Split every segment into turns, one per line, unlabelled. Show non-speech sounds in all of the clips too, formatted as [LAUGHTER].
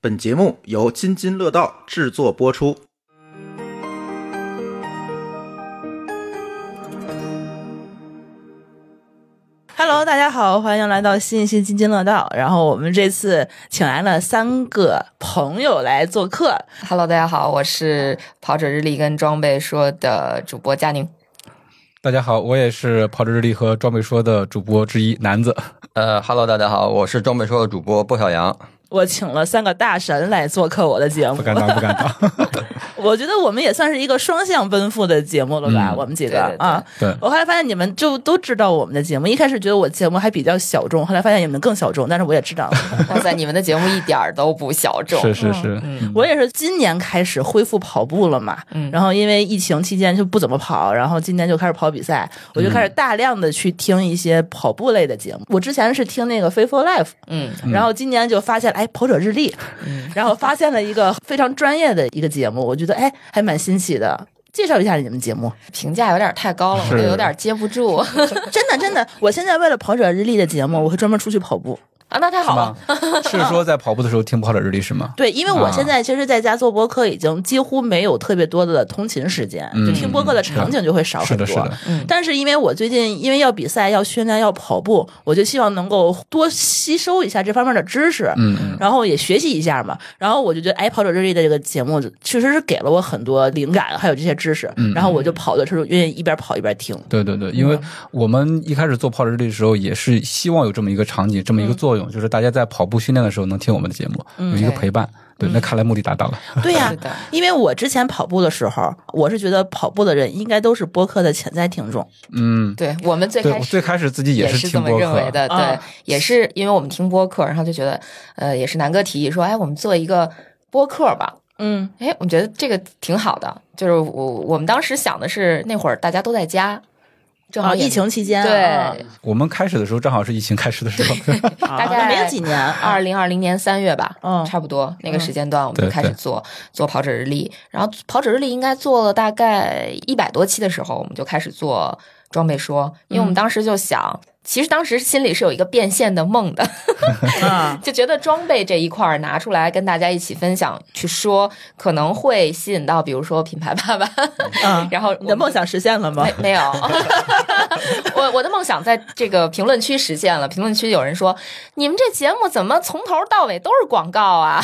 本节目由津津乐道制作播出。
Hello，大家好，欢迎来到新一期津津乐道。然后我们这次请来了三个朋友来做客。
Hello，大家好，我是跑者日历跟装备说的主播佳宁。
大家好，我也是跑者日历和装备说的主播之一南子。
啊
呃哈喽，大家好，我是装备说的主播鲍小杨。
我请了三个大神来做客我的节目
不，敢当，不敢
[LAUGHS]
当。
我觉得我们也算是一个双向奔赴的节目了吧？
嗯
我们几个
对对对
啊，
对
我后来发现你们就都知道我们的节目，一开始觉得我节目还比较小众，后来发现你们更小众，但是我也知道了。
哇塞，你们的节目一点儿都不小众，
是是是，嗯
我也是今年开始恢复跑步了嘛，
嗯
然后因为疫情期间就不怎么跑，然后今年就开始跑比赛，我就开
嗯
始大量的去听一些跑步类的节目。我之前是听那个《Faithful Life
嗯》，
然后今年就发现哎跑者日历，然后发现了一个非常专业的一个节目，我觉得哎还蛮新奇的。介绍一下你们节目， [LAUGHS]
评价有点太高了，我
是
都有点接不住 [LAUGHS] 啊
真的真的，我现在为了跑者日历的节目，我会专门出去跑步。
啊。那太好了，
嗯是说在跑步的时候听跑者日历
[LAUGHS]
是吗？
对，因为我现在其实在家做播客，已经几乎没有特别多的通勤时间，就听播客的场景就会少
嗯是
很多。
的，是的，
但是因为我最近因为要比赛、要训练、要跑步，我就希望能够多吸收一下这方面的知识，
嗯嗯，
然后也学习一下嘛。然后我就觉得，哎，跑者日历的这个节目确实是给了我很多灵感，还有这些知识。然后我
嗯
就跑的时候愿意一边跑一边
[LAUGHS]
听。
对对对，因为我们一开始做跑者日历的时候，也是希望有这么一个场景，这么一个
嗯
作用，就是大家在跑步训练的时候能听我们的节目，有一个
对
陪伴。
嗯
对，那看来目的达到了。
对呀、
是的
因为我之前跑步的时候，我是觉得跑步的人应该都是播客的潜在听众。
嗯，
对我们最
对，
开
我
始
最开始自己
也
是
这
听
么
播
认为
客，
的，对
啊，
也是因为我们听播客，然后就觉得，呃，也是南哥提议说，哎，我们做一个播客吧。
嗯
哎，我觉得这个挺好的，就是我我们当时想的是那会儿大家都在家，正好
啊，
也
疫情期间啊、
对，
我们开始的时候正好是疫情开始
[LAUGHS]
的时候，
啊
大概
没有几年
二零二零年三月吧，
嗯
差不多那个时间段，我们就
对
开始
对
做做跑者日历。然后跑者日历应该做了大概一百多期的时候，我们就开始做装备说，因为我们当时就想，其实当时心里是有一个变现的梦的， [LAUGHS]
啊，
就觉得装备这一块儿拿出来跟大家一起分享去说，可能会吸引到比如说品牌爸爸，
啊
[LAUGHS] 然后
你的
嗯我们
梦想实现了吗
没？没
[LAUGHS]
有，我我的梦想在这个评论区实现了。评论区有人说：“你们这节目怎么从头到尾都是广告
[LAUGHS]
啊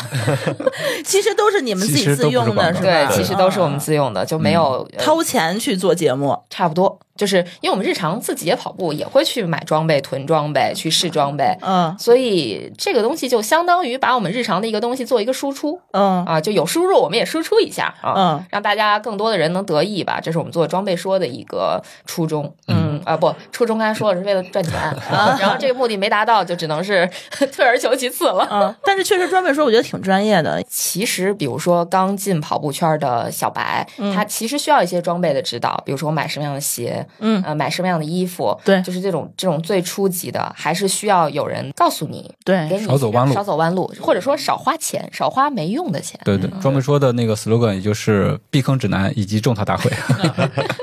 其实都是你们自己自用的，？”是
其实都不是广告
对
吧？，啊
其实都是我们自用的，就没有、呃
掏钱去做节目，
差不多，就是因为我们日常自己也跑步，也会去买装备、囤装备、去试装备，
嗯
所以这个东西就相当于把我们日常的一个东西做一个输出
嗯
啊，就有输入我们也输出一下啊。
嗯，
让大家更多的人能得益吧，这是我们做装备说的一个初衷。嗯啊，不，初衷刚才说了是为了
[LAUGHS]
赚钱，啊然后这个目的没达到，就只能是 [LAUGHS] 退而求其次了。
嗯，但是确实专门说，我觉得挺专业 [LAUGHS] 的，
其实，比如说刚进跑步圈的小白，他其实需要一些装备的指导，比如说买什么样的鞋，
嗯
呃，买什么样的衣服，
对
就是这种这种最初级的，还是需要有人告诉你，给
对，
你
少走弯路
少走弯路，或者说少花钱，少花没用的钱。
对对，装备说的那个 slogan 也就是避坑指南以及种草大会，
嗯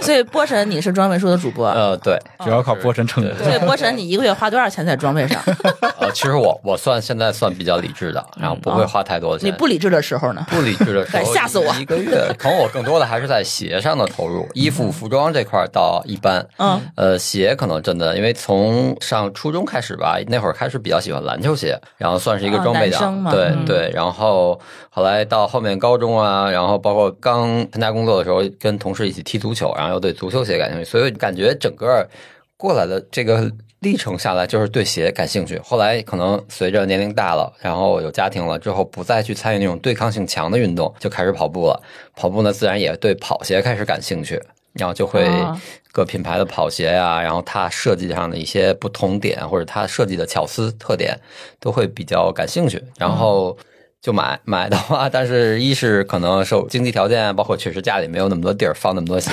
所以波神你是专门说的主播，
呃，对，
主要靠波神撑着。
所以波神你一个月花多少钱在装备上？
呃，其实我 [LAUGHS] 我算现在算比较理智的，然后嗯不哎会花太多钱。
你不理智的时候呢？
不理智 [LAUGHS] 的时
对
候，
吓死我
一个月， [LAUGHS] 可能我更多的还是在鞋上的投入，衣服、服装这块儿倒一般。
嗯，
呃，鞋可能真的，因为从上初中开始吧，那会儿开始比较喜欢篮球鞋，然后算是一个
啊
装备
男生
党，
嘛
对
嗯
对。然后后来到后面高中啊，然后包括刚参加工作的时候，跟同事一起踢足球，然后又对足球鞋感兴趣，所以感觉整个过来的这个。历程下来就是对鞋感兴趣，后来可能随着年龄大了，然后有家庭了之后，不再去参与那种对抗性强的运动，就开始跑步了。跑步呢，自然也对跑鞋开始感兴趣，然后就会
啊
各品牌的跑鞋呀、然后它设计上的一些不同点，或者它设计的巧思特点，都会比较感兴趣，然后就买买的话， [LAUGHS] 但是一是可能受经济条件，包括确实家里没有那么多地儿放那么多鞋，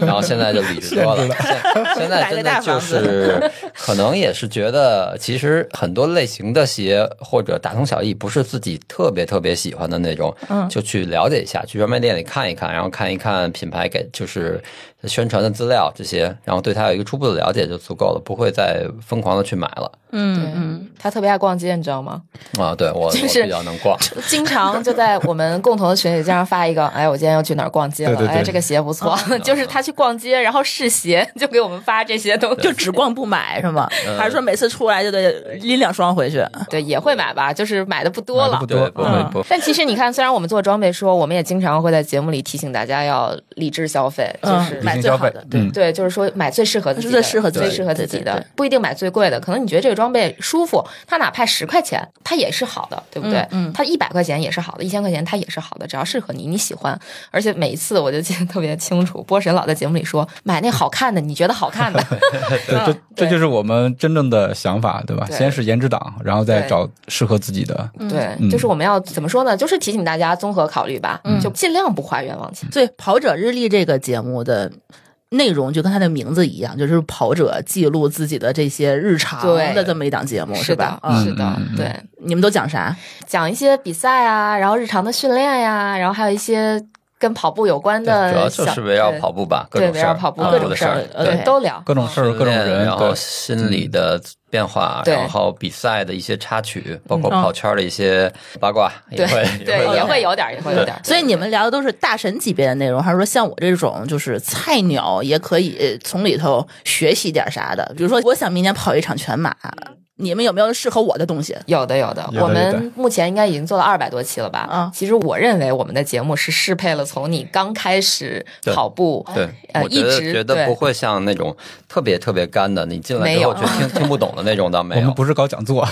然后现在就理智多了。现现在真的就是可能也是觉得，其实很多类型的鞋或者大同小异，不是自己特别特别喜欢的那种，
嗯
就去了解一下，去专卖店里看一看，然后看一看品牌给就是宣传的资料这些，然后对它有一个初步的了解就足够了，不会再疯狂的去买了。
嗯
对
嗯，
他特别爱逛街，你知道吗？
啊，对我我
就是
比较能逛，
经常就在我们共同的群里经常发一个，哎，我今天要去哪儿逛街了，
对对对嗯
哎，这个鞋不
[LAUGHS]
错，就是他去逛街，然后试鞋，就给我们发这些东西，
就只逛不买是吗？还是说每次出来就得拎两双回去？
[LAUGHS] 对也会买吧，就是买的不多了
买得不。
对，不会
嗯
不会。
但其实你看，虽然我们做装备说，我们也经常会在节目里提醒大家要理智消费，就是、
嗯，买最好的，对，
嗯
对，就是说买最适合自己的，
最适合自己的
最适合自己
对对
的
对，
不一定买最贵的。可能你觉得这个装备舒服，它哪怕十块钱，它也是好的，对不对？
嗯嗯
它一百块钱也是好的，一千块钱它也是好的，只要适合你，你喜欢。而且每一次我就记得特别清楚，波神老在节目里说，买那好看的，你觉得好看
[LAUGHS]
的，
对，这这
嗯对
就是我们真正的想法，对吧？
对
先是颜值党，然后再
对
找适合自己的。
对，
嗯
就是我们要怎么说呢？就是提醒大家综合考虑吧，
嗯
就尽量不花冤枉钱。
所以《跑者日历》这个节目的内容就跟它的名字一样，就是跑者记录自己的这些日常
对
的这么一档节目，
是
吧
的？，
嗯，
是的
嗯嗯，嗯
对。
你们都讲啥？
讲一些比赛啊，然后日常的训练呀、然后还有一些跟跑步有关
对，
的
主要
小，
就是围绕
对
跑步吧，各
对
种
围
事
绕
儿，
跑步
嗯
各
跑步
种
的事
儿
儿，，
呃
对，
对
都聊
各种事儿，各种人，
然后
对
心理的变化，
对
然后比赛的一些插曲，包
嗯
括跑圈儿的一些八卦，也
对
会
嗯对
聊
也会有点儿，也会有点儿。
所以你们聊的都是大神级别的内容，还是说像我这种就是菜鸟也可以呃从里头学习点啥的？比如说，我想明年跑一场全马，你们有没有适合我的东西？
有的有的，
有的
我
有
们
的
目前应该已经做了二百多期了吧？
嗯
其实我认为我们的节目是适配了从你刚开始
对
跑步，
对，
呃
我
一
觉得
直
觉得
对
不会像那种特别特别干的，你进来
没
之后
有
就
[LAUGHS]
听听不懂的那种倒没
我们
有。
不是搞讲座，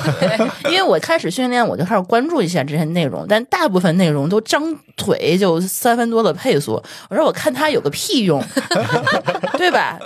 因为我开始训练，我就开始关注一下这些内容，但大部分内容都张腿就三分多的配速。我说我看它有个屁用， [LAUGHS] 对吧？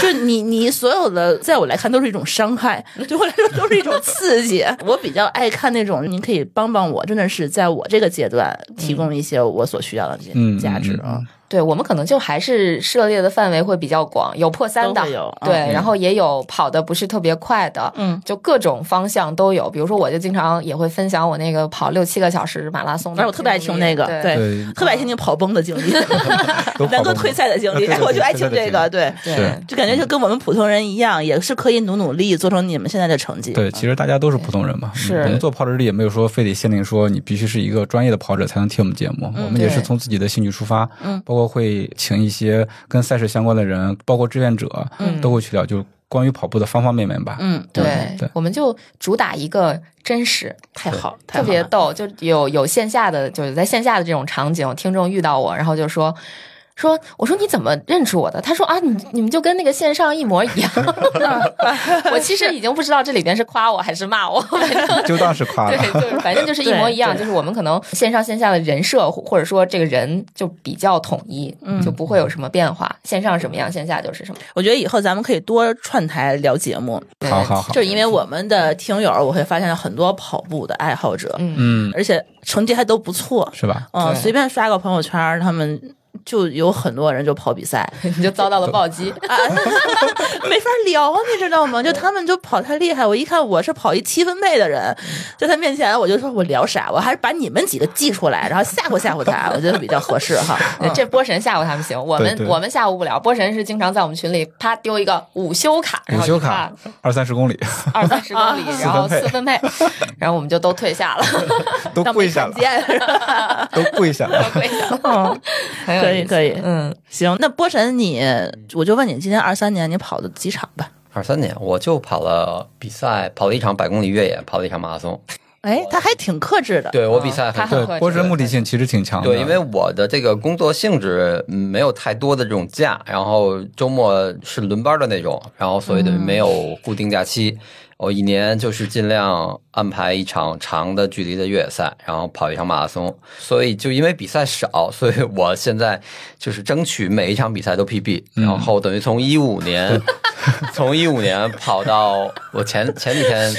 就你你所有的，在我来看都是一种伤害，对我来说都是一种刺激。我比较爱看那种，您可以帮帮我，真的是在我这个阶段提供一些我所需要的这些
嗯
价值
嗯嗯
啊。
对我们可能就还是涉猎的范围会比较广，有破三
都
的
会有，
对，
嗯
然后也有跑的不是特别快的，
嗯，
就各种方向都有。比如说，我就经常也会分享我那个跑六七个小时马拉松的经历，
反正我特别爱听那个，
对 [LAUGHS]
对
特别爱听那个跑崩的经历， [LAUGHS]
都 [LAUGHS] 跑
能够
不
退
动
赛的经历
对对，对
我就爱听这个，对。
对
是
就感觉就跟我们普通人一样，也是可以努努力做成你们现在的成绩。
对，其实大家都是普通人嘛。嗯
是
我们做跑者日历也没有说非得限定说你必须是一个专业的跑者才能听我们节目，我们也
嗯
是
对嗯
从自己的兴趣出发，包括会请一些跟赛事相关的人，包括志愿者，
嗯
都会去聊，就关于跑步的方方面面吧。
嗯，
对
对对
我们就主打一个真实，
太好，太
特
好
别
了
逗，就有有线下的，就是在线下的这种场景，听众遇到我，然后就说。说，我说你怎么认出我的？他说啊，你你们就跟那个线上一模一样。我其实已经不知道这里边是夸我还是骂我，反正
就当是夸了。
对，就是反正就是一模一样，
对对
就是我们可能线上线下的人设或者说这个人就比较统一，就不会有什么变化。线上什么样，线下就是什么。 [LAUGHS]
我觉得以后咱们可以多串台聊节目，
好好好，
就是因为我们的听友，我会发现很多跑步的爱好者，
嗯
嗯，
而且成绩还都不错。
是吧？
嗯，
对
随便刷个朋友圈，他们就有很多人就跑比赛，
你就遭到了暴击。
啊， [LAUGHS] 没法聊，啊你知道吗？就他们就跑太厉害，我一看我是跑一七分贝的人，在他面前我就说我聊啥，我还是把你们几个记出来，然后吓唬吓唬他，我觉得比较合适 [LAUGHS] 哈。嗯
这波神吓唬他们行，我们
对对
我们吓唬不了。波神是经常在我们群里啪丢一个午休卡，然
午
后
休
就
卡二三十公里
二三十公里，然后 [LAUGHS] 四分配，然后我们就都退 [LAUGHS] 下了，
都
当
跪
没
下
看
了，
见 [LAUGHS] 是吧？
都跪下了。
退下了，
嗯，
很 [LAUGHS] 有
可
意
以
思
可以，
嗯，
行。那波神你，我就问你，今年二三年你跑的几场吧？
二三年我就跑了比赛，跑了一场百公里越野，跑了一场马拉松。
哎，他还挺克制的。
对我比赛
他
很
很会
[LAUGHS] 对，波神目的性其实挺强的。
对，因为我的这个工作性质嗯没有太多的这种假，然后周末是轮班的那种，然后所以等于
嗯
没有固定假期。我一年就是尽量安排一场长的距离的越野赛，然后跑一场马拉松。所以就因为比赛少，所以我现在就是争取每一场比赛都 PB，然后等于从一五年，从 [LAUGHS] 一五年跑到我前前几天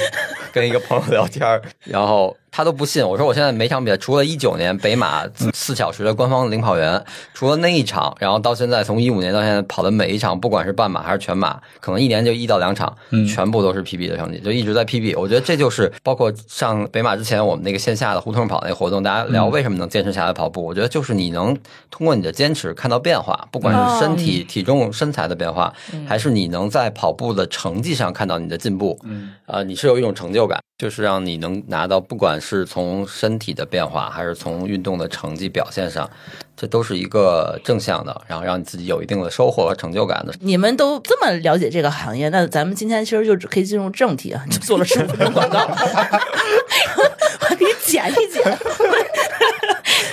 跟一个朋友聊天儿，然后他都不信。我说我现在每场比赛除了一九年北马四小时的官方领跑员，除了那一场，然后到现在从一五年到现在跑的每一场，不管是半马还是全马，可能一年就一到两场，全部都是 PB 的成绩，就一直在 PB。我觉得这就是包括上北马之前我们那个线下的胡同跑那个活动，大家聊为什么能坚持下来跑步，我觉得就是你能通过你的坚持看到变化，不管是身体、体重、身材的变化，还是你能在跑步的成绩上看到你的进步。
嗯，
呃，你是有一种成就感，就是让你能拿到，不管是从身体的变化，还是从运动的成绩表现上，这都是一个正向的，然后让你自己有一定的收获和成就感的。
你们都这么了解这个行业，那咱们今天其实就只可以进入正题啊，就做了十五分钟广告， [LAUGHS] 我给你剪一剪，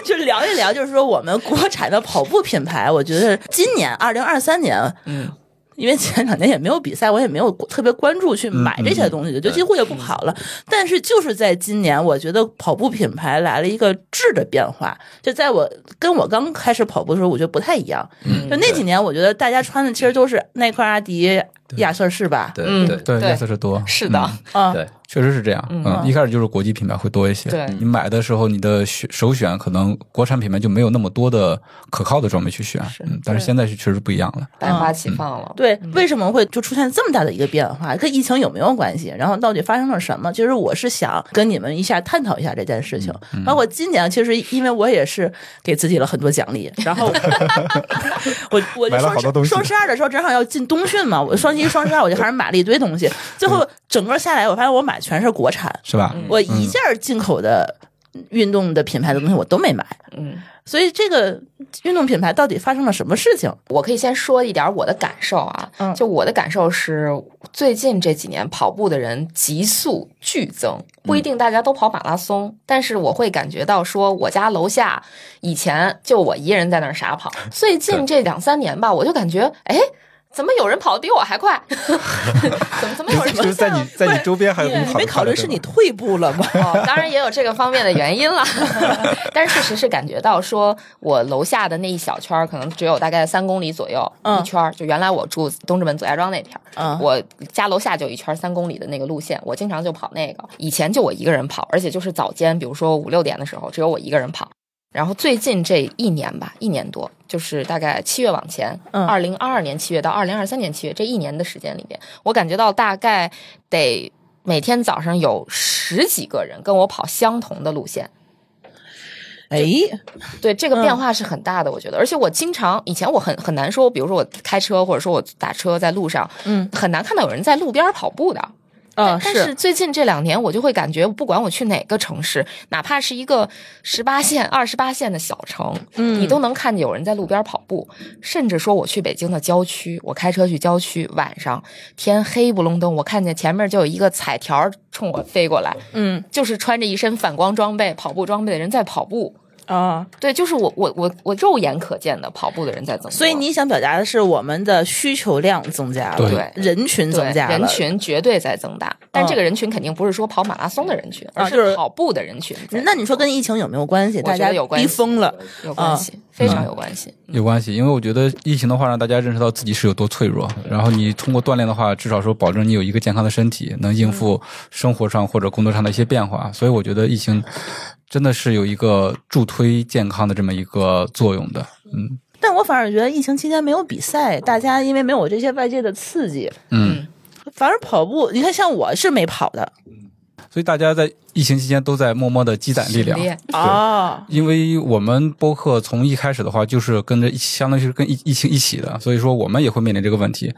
就聊一聊，就是说我们国产的跑步品牌，我觉得今年二零二三年，嗯。因为前两年也没有比赛，我也没有特别关注去买这些东西，就几乎也不跑了。但是就是在今年，我觉得跑步品牌来了一个质的变化，就在我跟我刚开始跑步的时候，我觉得不太一样。就那几年，我觉得大家穿的其实都是耐克、阿迪、亚瑟士吧。
对
嗯
对
对，
对
亚瑟士多，
是的
嗯
啊，
对，
确实是这样。嗯，一开始就是国际品牌会多一些。
对
你买的时候，你的选首选可能国产品牌就没有那么多的可靠的装备去选。嗯，但是现在是确实不一样了。
百花齐放了。
对，
嗯
为什么会就出现这么大的一个变化？跟疫情有没有关系？然后到底发生了什么？其实我是想跟你们一下探讨一下这件事情。
嗯
包括今年，其实因为我也是给自己了很多奖励，
[LAUGHS]
然后我我就
买了
双
好多东
十
西
双十二的时候正好要进冬训嘛，我双十一、双十二我就还是买了一堆东西，最后
嗯
整个下来我发现我买全是国产，
是吧？
我一件儿进口的运动的品牌的东西我都没买，
嗯，
所以这个运动品牌到底发生了什么事情？
我可以先说一点我的感受啊，
嗯
就我的感受是，最近这几年跑步的人急速剧增，不一定大家都跑马拉松，但是我会感觉到说，我家楼下以前就我一个人在那儿傻 [LAUGHS] 跑，最近这两三年吧，我就感觉，哎，怎么有人跑得比我还快？ [LAUGHS] 怎么怎么有 [LAUGHS] 人
就是在你在你周边还有
你
更
你
好
没
的
考
看的
虑
对
是
吧
你退步了吗？
哦，当然也有这个方面的原因了，但是确实是感觉到说，我楼下的那一小圈儿，可能只有大概三公里左右、
嗯
一圈儿，就原来我住东直门左家庄那片儿，
啊，
我家楼下就有一圈三公里的那个路线，我经常就跑那个。以前就我一个人跑，而且就是早间，比如说五六点的时候，只有我一个人跑。然后最近这一年吧，一年多，就是大概七月往前，
嗯
二零二二年七月到二零二三年七月这一年的时间里面，我感觉到大概得每天早上有十几个人跟我跑相同的路线。
哎，
对这个
嗯
变化是很大的，我觉得。而且我经常以前我很很难说，比如说我开车或者说我打车在路上，
嗯
很难看到有人在路边跑步的。
啊
但但是最近这两年，我就会感觉，不管我去哪个城市，哪怕是一个十八线、二十八线的小城，
嗯
你都能看见有人在路边跑步。甚至说我去北京的郊区，我开车去郊区，晚上天黑不隆咚，我看见前面就有一个彩条儿冲我飞过来，
嗯
就是穿着一身反光装备、跑步装备的人在跑步。
啊，
对，就是我我我我肉眼可见的跑步的人在增多，
所以你想表达的是我们的需求量增加了，
对
人群
对
增加了，
人。群绝对在增大，但这个人群肯定不是说跑马拉松的人群，而
嗯啊就是
是跑步的人群在增大。
那你说跟疫情有没有关系？
我觉
大
得
家
有关
逼
系
疯了，
有关系，
嗯
非常有关系。
有关系，因为我觉得疫情的话，让大家认识到自己是有多脆弱。然后你通过锻炼的话，至少说保证你有一个健康的身体，能应付生活上或者工作上的一些变化。所以我觉得疫情真的是有一个助推健康的这么一个作用的。嗯
但我反而觉得疫情期间没有比赛，大家因为没有这些外界的刺激，
嗯，
反而跑步，你看像我是没跑的
所以大家在疫情期间都在默默的积攒嗯力量
训。练
啊，
因为我们播客从一开始的话，就是跟着一起，相当于是跟疫疫情一起的，所以说我们也会面临这个问题。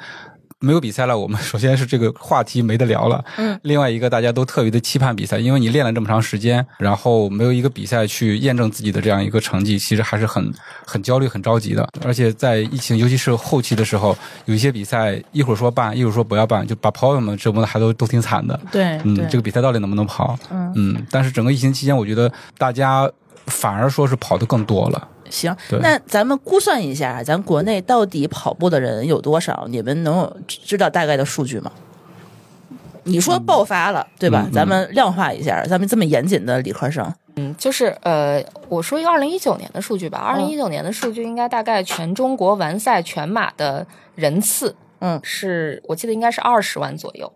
没有比赛了，我们首先是这个话题没得聊了。嗯，另外一个大家都特别的期盼比赛，因为你练了这么长时间，然后没有一个比赛去验证自己的这样一个成绩，其实还是很很焦虑、很着急的。而且在疫情，尤其是后期的时候，有一些比赛一会儿说办，一会儿说不要办，就把朋友们折磨的还都都挺惨的。
对
嗯，这个比赛到底能不能跑？嗯但是整个疫情期间，我觉得大家反而说是跑的更多了。
行，
对
那咱们估算一下，啊咱国内到底跑步的人有多少？你们能有知知道大概的数据吗？你说爆发了，对吧？咱们量化一下，咱们这么严谨的理科生，
嗯，就是呃，我说一个二零一九年的数据
嗯
吧，二零一九年的数据应该大概全中国完赛全马的人次，
嗯
是我记得应该是二十万左右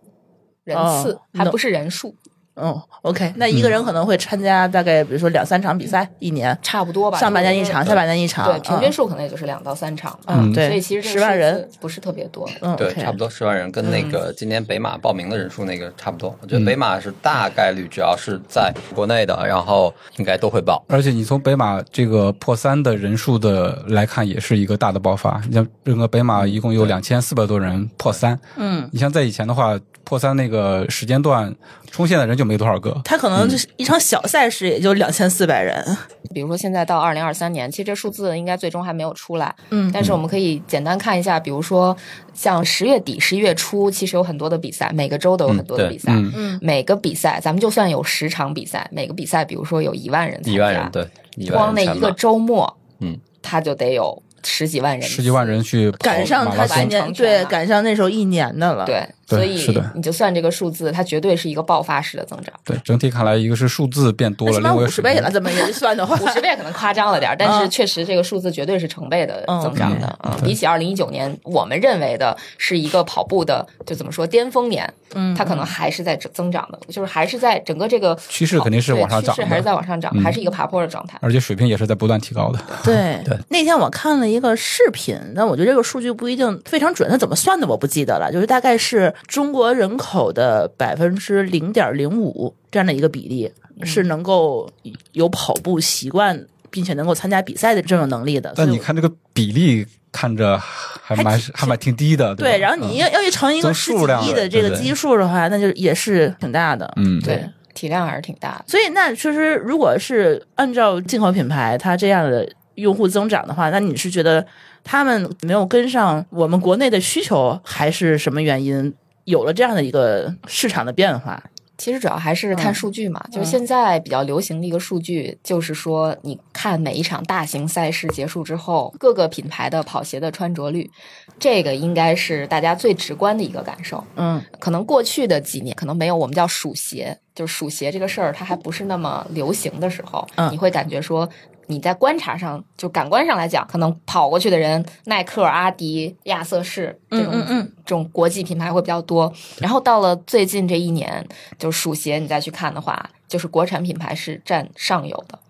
人次
哦，
还
那
不是人数。
嗯，OK，那一个人可能会参加大概比如说两三场比赛，一年
差不多吧，
上半年一
就是
场，下半年一场，
对，平均
嗯
数可能也就是两到三场吧。
嗯对
所以其实这个
10万
数字
人
不是特别多。
嗯，
对，
OK
差不多十万人，跟那
嗯
个今年北马报名的人数那个差不多。我觉得北马是大概率，只要是在国内的，然后应该都会报。
而且你从北马这个破三的人数的来看，也是一个大的爆发。你像整个北马一共有两千四百多人破三，
嗯，
你像在以前的话，破三那个时间段冲线的人就没多少个。
他可能就是一场小赛事也就两千四百人，
比如说现在到二零二三年，其实这数字应该最终还没有出来，
嗯
但是我们可以简单看一下，比如说像十月底、十一月初，其实有很多的比赛，每个州都有很多的
嗯对
比赛，
嗯
嗯
每个比赛咱们就算有十场比赛，每个比赛比如说有一万人参加，
一万人，对，一万
光那
人全
一个
马。
周末，
嗯，
他就得有十几万人，
十几万。人去跑
赶上
马
他
拉
今
松，
年
长城
对
啊
赶上那时候一年的了，，
对，
对
所
是
以
的
你就算这个数字，它绝对是一个爆发式的增长。
对整体看来，一个是数字变多
那
了，
起
另
码
外
五
一
十
个
倍了，这么也算的话，
[LAUGHS] 五十倍可能夸张了点儿，但是
嗯
确实这个数字绝对是成倍的增长的
嗯
啊！
对
比起二零一九年，我们认为的是一个跑步的，就怎么说巅峰年，
嗯，
它可能还是在增长的，就是还是在整个这个
趋势肯定是往上
对趋
涨
势还是在
的，
往上涨，
嗯
还是一个爬坡的状态。
而且水平也是在不断提高的。 [LAUGHS]
对
对，
那天我看了一个视频，但我觉得这个数据不一定非常准，它怎么算的我不记得了，就是大概是中国人口的百分之零点零五这样的一个比例、是能够有跑步习惯，并且能够参加比赛的这种能力的。所
但
以
你
我。
看这个比例，看着还
还
蛮
挺
还蛮挺低的，
对，
对吧，
然后你要要去乘一个
从
十
数
几
量
亿
来
的这个
对对
基数的话，那就也是挺大的。
嗯，嗯
对，
体量还是挺大的。
所以那其实如果是按照进口品牌它这样的用户增长的话，那你是觉得他们没有跟上我们国内的需求，还是什么原因有了这样的一个市场的变化？
其实主要还是看
嗯
数据嘛，就是现在比较流行的一个数据，就是说你看每一场大型赛事结束之后，各个品牌的跑鞋的穿着率，这个应该是大家最直观的一个感受。
嗯
可能过去的几年可能没有我们叫数鞋，就是数鞋这个事儿，它还不是那么流行的时候，
嗯
你会感觉说你在观察上，就感官上来讲，可能跑过去的人，耐克、阿迪、亚瑟士这种
嗯嗯嗯
这种国际品牌会比较多。然后到了最近这一年，就是数鞋，你再去看的话，就是国产品牌是占上游的。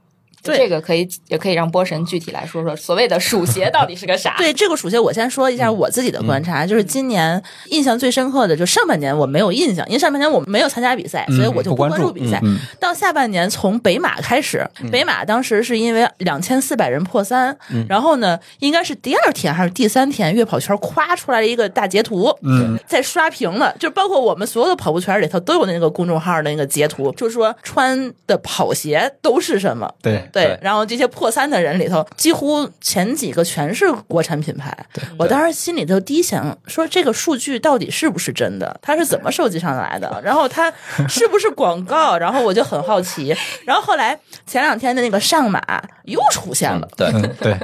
就
对
这个可以，也可以让波神具体来说说，所谓的数鞋到底是个啥？
[LAUGHS] 对这个属性，我先说一下
嗯
我自己的观察，就是今年印象最深刻的，就上半年我没有印象，因为上半年我没有参加比赛，所以我就
嗯不
不
关
关
注
注比赛。
嗯
到下半年，从北马开始，北马当时是因为两千四百人破三，然后呢，应该是第二天还是第三天，月跑圈夸出来了一个大截图，
嗯，
在刷屏了，就包括我们所有的跑步圈里头都有那个公众号的那个截图，就说穿的跑鞋都是什么。
对，
对
对，
然后这些破三的人里头，几乎前几个全是国产品牌。我当时心里头第一想说，这个数据到底是不是真的？它是怎么收集上来
[LAUGHS]
的？然后它是不是广告？ [LAUGHS] 然后我就很好奇。然后后来前两天的那个上马又出现了，
对，
嗯，对，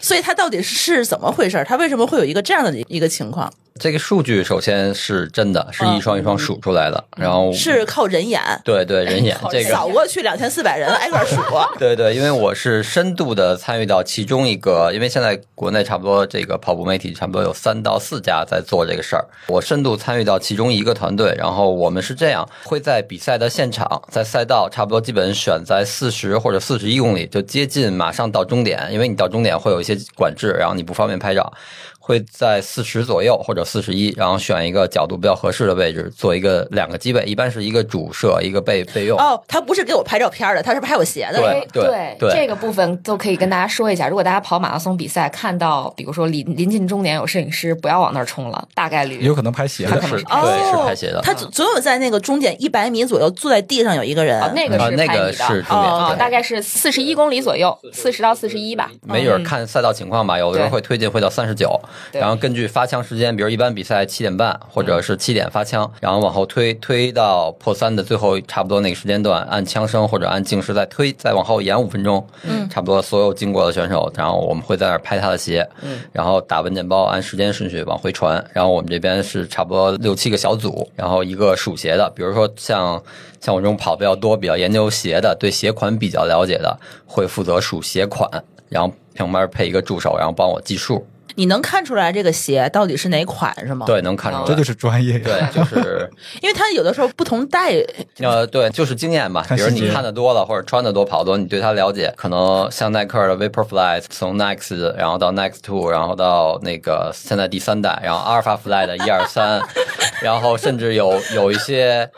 所以它到底是怎么回事？它为什么会有一个这样的一个情况？
这个数据首先是真的，是
嗯
一双一双数出来的，然后
是靠人眼。
对对
哎
人眼嗯这个哦
扫过去两千四百人，挨个
[LAUGHS]
数。
对对，因为我是深度的参与到其中一个，因为现在国内差不多这个跑步媒体差不多有三到四家在做这个事儿，我深度参与到其中一个团队，然后我们是这样，会在比赛的现场，在赛道差不多基本选在四十或者四十一公里，就接近马上到终点，因为你到终点会有一些管制，然后你不方便拍照，会在四十左右或者四十一，然后选一个角度比较合适的位置做一个两个机位，一般是一个主射，一个备备用。
哦，他不是给我拍照片的，他是拍我鞋的。
对对对
哎这个部分都可以跟大家说一下。如果大家跑马拉松比赛，看到比如说临临近终点有摄影师，不要往那儿冲了，大概率
有可能拍鞋的，
是，
哦，
对，是拍鞋的。
他
嗯
总总有在那个终点一百米左右坐在地上有一个人
啊，，那个
啊，
是
那
拍
个
你的
是。重点，
哦
对
啊，大概是四十一公里左右，四十到四十一吧。嗯
没准儿看赛道情况吧，有的时候会推进会到三十九，
对
然后根据发枪时间，比如一般比赛七点半或者是七点发枪，然后往后推推到破三的最后差不多那个时间段，按枪声或者按静时再推，再往后延五分钟，嗯，差不多所有经过的选手，然后我们会在那儿拍他的鞋，嗯，然后打文件包按时间顺序往回传，然后我们这边是差不多六七个小组，然后一个数鞋的，比如说像像我这种跑比较多、比较研究鞋的，对鞋款比较了解的，会负责数鞋款。然后旁边配一个助手，然后帮我计数。
你能看出来这个鞋到底是哪款是吗？，
对，能看出来，
这就是专业呀。
对，就是
因为它有的时候不同代，
呃，对，就是经验吧。
看
比如
细
你
节
看的多了，或者穿的多、跑得多，你对它了解，可能像耐克的 Vaporfly，从 Next，然后到 Next Two，然后到那个现在第三代，然后 Alpha Fly 的一二三， [LAUGHS] 然后甚至有有一些。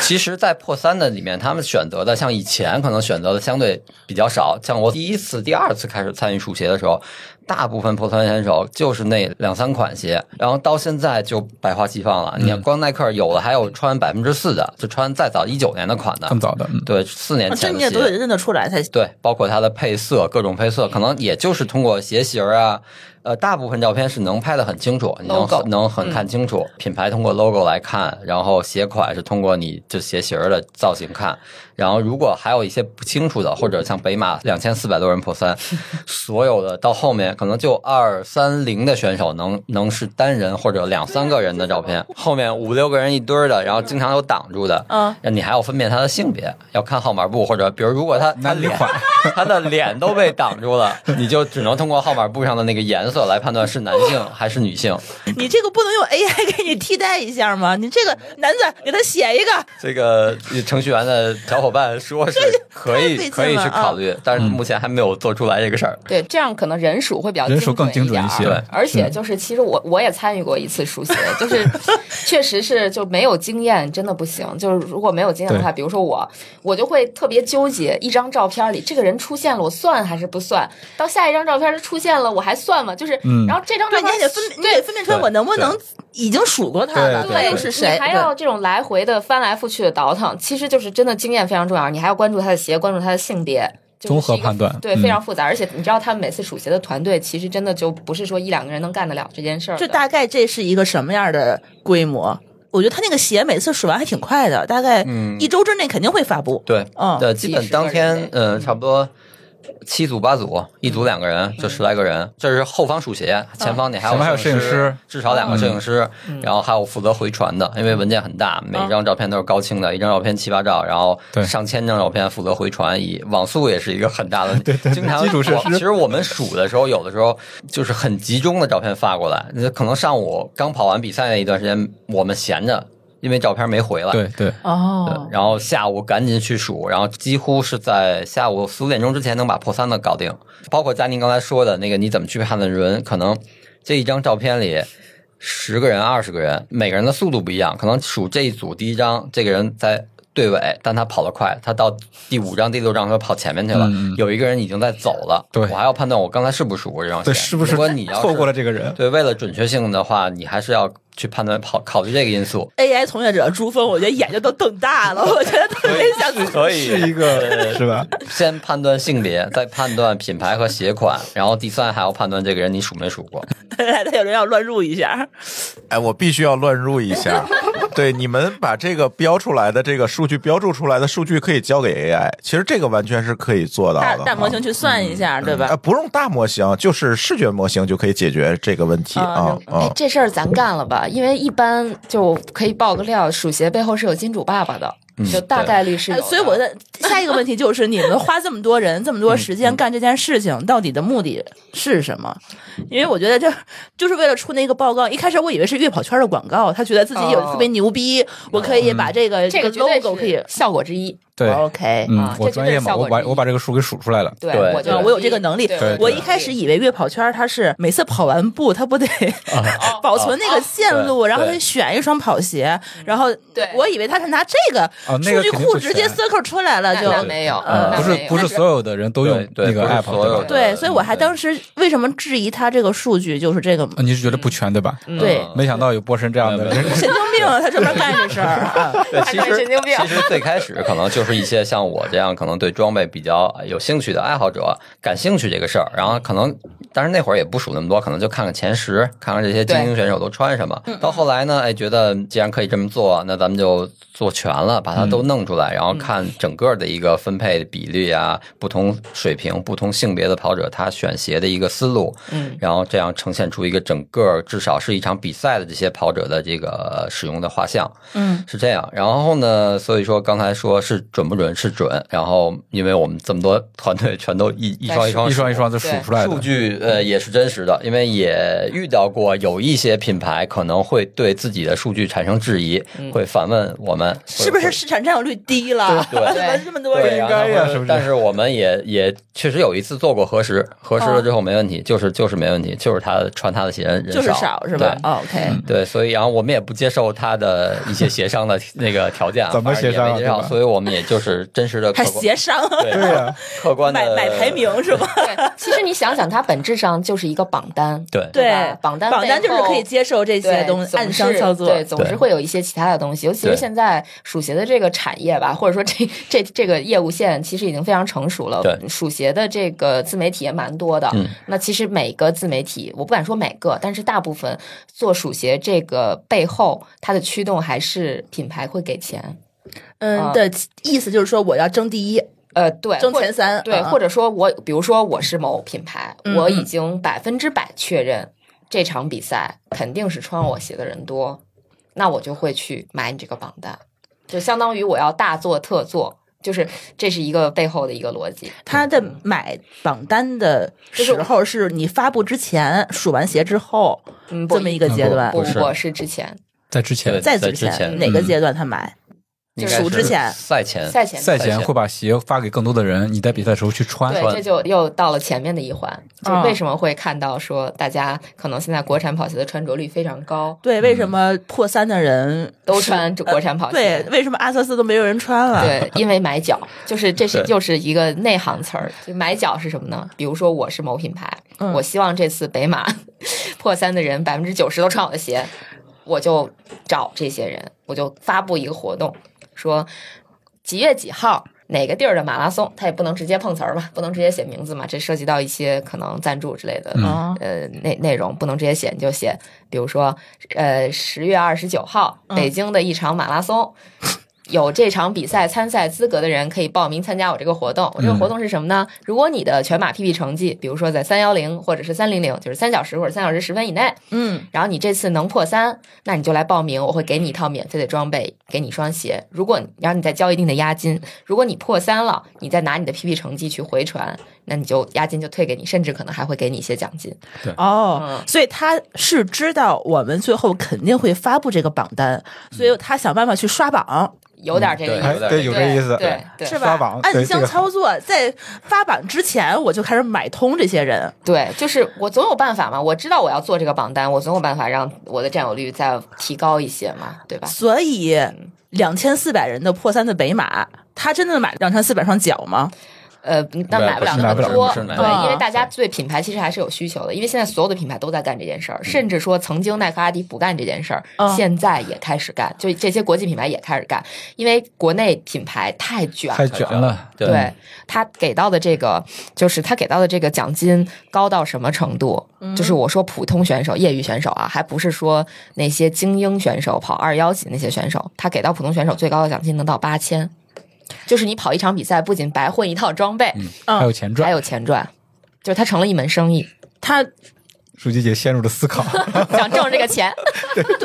其实，在破三的里面，他们选择的像以前可能选择的相对比较少。像我第一次、第二次开始参与数鞋的时候，大部分破三选手就是那两三款鞋，然后到现在就百花齐放了。你看，光耐克有的还有穿百分之四的，就穿再早一九年的款的
更，早的，嗯
对，四年
啊这
前
你
的
也
鞋。
呃都得认得出来才行。
对，包括它的配色，各种配色，可能也就是通过鞋型儿啊，呃，大部分照片是能拍得很清楚，你能
Logo
能很看清楚、品牌，通过 logo 来看，然后鞋款是通过你这鞋型儿的造型看，然后如果还有一些不清楚的，或者像北马两千四百多人破三，所有的到后面可能就二三零的选手能能是单人或者两三个人的照片，后面五六个人一堆儿的，然后经常有挡住的，
嗯，
你还要分辨他的性别，要看号码布，或者比如如果他他
男女
脸
款
[LAUGHS] 他的脸都被挡住 [LAUGHS] 了，你就只能通过号码布上的那个颜色来判断是男性还是女性。
你这个不能用 AI 给你替代一下吗？你这个男子给他写一个，
[LAUGHS] 这个程序员的小伙伴说是可
太费劲
以可以
了
去
啊
考虑，但是目前还没有做出来这个事儿。
对，这样可能人数会比较
人数更精准
一
一些
点儿
对
而且就是，其实我我也参与过一次书写，就是 [LAUGHS] 确实是就没有经验，真的不行。就是如果没有经验的话，比如说我，我就会特别纠结，一张照片里这个人出现了，我算还是不算？到下一张照片他出现了，我还算吗？就是，
嗯
然后这张照
对，你
片
还得分，你
对
得分辨出来我能不能已经数过他了，
对
又
对，
是谁
你？还
对
要这种来回的翻来覆去的倒腾，其实就是真的经验非常重要。你还要关注他的鞋，关注他的性别，就是
综合
是一个
判断
对，
嗯
非常复杂。而且你知道，他们每次数鞋的团队，其实真的就不是说一两个人能干得了这件事儿的。
就大概这是一个什么样的规模？我觉得他那个鞋每次数完还挺快的，大概
嗯
一周之内肯定会发布。
对，
嗯
对，基本当天
几十，个人
嗯，差不多七组八组，一组两个人，
嗯
就十来个人。这是后方数鞋，前方你还
前方还
有
有摄影师嗯
至少两个摄影师，
嗯
然后还有负责回传的，因为文件很大，每一张照片都是高清的，一张照片七八兆，然后
对
上千张照片负责回传，以网速也是一个很大的
[LAUGHS]
问题。对对经常
基础设
我
施
其实我们数的时候，有的时候就是很集中的照片发过来，可能上午刚跑完比赛那一段时间，我们闲着，因为照片没回来，
对对，
哦
对，，然后下午赶紧去数，然后几乎是在下午四五点钟之前能把破三的搞定。包括佳宁刚才说的那个，你怎么去判断人？可能这一张照片里十个人、二十个人，每个人的速度不一样，可能数这一组第一张，这个人在。队尾，但他跑得快，他到第五张、第六张的时候跑前面去了。
嗯嗯
有一个人已经在走了，
对
我还要判断我刚才是不是数过这张
对，
线
是不是
如果你要是
错过了这个人？
对，为了准确性的话，你还是要去判断、考考虑这个因素。
AI 从业者朱峰，我觉得眼睛都瞪大了，我觉得特别想
可以
是一个是吧？
先判断性别，再判断品牌和鞋款，然后第三还要判断这个人你数没数过。
来，哎有人要乱入一下。
哎，我必须要乱入一下。对，你们把这个标出来的这个数据标注出来的数据可以交给 AI，其实这个完全是可以做到
大
的。
大模型去算一下，对
啊、
吧？
不用大模型，就是视觉模型就可以解决这个问题
啊
啊
哎
哦
啊，！
这事儿咱干了吧，因为一般就我可以爆个料，数鞋背后是有金主爸爸的，
嗯
就大概率是有
哎
的。
所以我的 [LAUGHS] 下一个问题就是，你们花这么多人、这
嗯
么多时间干这件事情，到底的目的是什么？因为我觉得这就是为了出那个报告。一开始我以为是月跑圈的广告，他觉得自己有
哦
特别牛逼，我可
嗯
以把这个
这个绝对
logo 可以
是。效果之一。
对，
OK，
嗯
啊，
我
这
专业
这
嘛，
是效果
我把
之一
我把这个数给数出来了。
对
对
我
对
就
啊我有这个能力
对
对
我一开始以为月跑圈它是每次跑完步，它不得 [LAUGHS] 保存那个线路，
对
然后它选一双跑鞋，然后
对
我以为它是拿这个
哦那
数
个
据
肯定
库
不
直接
全
circle 出来了，
那
就
那没有，
呃
那
嗯不
没
是
有
不是所有的人都用
对
那个
不是
app，
所有
对吧
的
对，所以我还
对
当时为什么质疑它这个数据就是这个
啊你是觉得不全对吧？
对
嗯
没想到有波神这样的
没有
人，
神经病啊，他专门干这事儿啊
对，其
判断
实
神经病
其实最开始可能就是一些像我这样可能对装备比较有兴趣的爱好者感兴趣这个事儿，然后可能但是那会儿也不数那么多，可能就看看前十，看看这些精英选手都穿什么。到后来呢，哎，觉得既然可以这么做，那咱们就做全了，把它都弄出来，然后看整个的一个分配比例啊，不同水平、不同性别的跑者他选鞋的一个思路，
嗯，
然后这样呈现出一个整个至少是一场比赛的这些跑者的这个使用的画像。
嗯，
是这样，然后呢，所以说刚才说是准不准是准，然后因为我们这么多团队全都一一双一双
一双一双的数
对
出来的
数。据呃，也是真实的，因为也遇到过有一些品牌可能会对自己的数据产生质疑，
嗯
会反问我们
是不是市场占有率低了？[LAUGHS]
对
怎么
对
这么多
对，
人
然
该呀是
后
不是
但是我们也也确实有一次做过核实，核实了之后没问题，就是就是没问题，就是他穿他的鞋人
哦就是少是吧
对
哦？OK，
对，所以然后我们也不接受他的一些
[LAUGHS]
协商的那个条件啊，
怎么
反正也
协商啊
没
对吧
所以我们也就是真实的客
还
观，
协商，
对
对呀，
客观的
买买排，名是吧？
对，其实你想想，它本质上就是一个榜 [LAUGHS] 单，
对
对
对
吧，榜单
榜单
背
就
后
是可以接受这些
对
东西，
总
暗箱
是
操作。
对，总是会有一些其他的东西，尤其是
对
现在数鞋的这个产业吧，或者说这这这个业务线其实已经非常成熟了。
对
数鞋的这个自媒体也蛮多的。
嗯
那其实每个自媒体，我不敢说每个，但是大部分做数鞋这个背后，它的驱动还是品牌会给钱。
嗯
啊
的意思就是说我要争第一，
呃，对，
争
或者
前三，
对，
啊
或者说我，比如说我是某品牌，
嗯
我已经百分之百确认这场比赛肯定是穿我鞋的人多，那我就会去买你这个榜单，就相当于我要大做特做，就是这是一个背后的一个逻辑。
他的买榜单的时候是你发布之前数完鞋之后
嗯，不
这么一个阶段，
不
不是
不是之前
在之前
对
在之
在之前
哪个阶段他买？
应该
数之
是
前
呃赛前
赛前
赛前
前
会把鞋发给更多的人，你在比赛的时候去穿。
对，这就又到了前面的一环，就
啊
为什么会看到说大家可能现在国产跑鞋的穿着率非常高，
对，为什么破三的人
都
是？呃
穿国产跑
对
鞋？，
为什么阿瑟斯都没有人穿了？
对，因为买
[LAUGHS]
脚，就是这是
对
又是一个内行词儿。就买脚是什么呢？比如说我是某品牌，
嗯
我希望这次北马 [LAUGHS] 破三的人百分之九十都穿我的鞋，我就找这些人，我就发布一个活动，说几月几号。哪个地儿的马拉松，他也不能直接碰瓷儿嘛，不能直接写名字嘛，这涉及到一些可能赞助之类的
啊，
呃内内容不能直接写，你就写，比如说呃十月二十九号
嗯
北京的一场马拉松。有这场比赛参赛资格的人可以报名参加我这个活动。我这个活动是什么呢？如果你的全马 PB 成绩，比如说在三幺零或者是三零零，就是三小时或者三小时十分以内，
嗯，
然后你这次能破三，那你就来报名，我会给你一套免费的装备，给你一双鞋。如果你然后你再交一定的押金，如果你破三了，你再拿你的 PB 成绩去回传，那你就押金就退给你，甚至可能还会给你一些奖金。
哦，
嗯
所以他是知道我们最后肯定会发布这个榜单，所以他想办法去刷榜，
有点这个意
嗯
哎
思，
对
对，有这意思。
对对
是
对
吧
刷榜？对
暗
这
箱
个
操作，在发榜之前我就开始买通这些人，
对，就是我总有办法嘛，我知道我要做这个榜单，我总有办法让我的占有率再提高一些嘛，对吧？
所以两千四百人的破三的北马，他真的买两千四百双脚吗？
呃，但买
不
了
是
那
买不
么
了
多，
不是买
不了
对，因为
啊
大家对品牌其实还是有需求的，因为现在所有的品牌都在干这件事儿，甚至说曾经耐克、阿迪不干这件事儿
嗯，
现在也开始干，就这些国际品牌也开始干，因为国内品牌太卷了
太卷了，
对
对他给到的这个，就是他给到的这个奖金高到什么程度？就是我说普通选手、业余选手啊，还不是说那些精英选手跑二幺级那些选手，他给到普通选手最高的奖金能到八千，就是你跑一场比赛，不仅白混一套装备，
嗯
还有钱
还
赚。
有钱赚，就是他成了一门生意， [LAUGHS]
他
舒淇姐陷入了思考，
想挣这个
[LAUGHS]
钱。
嗯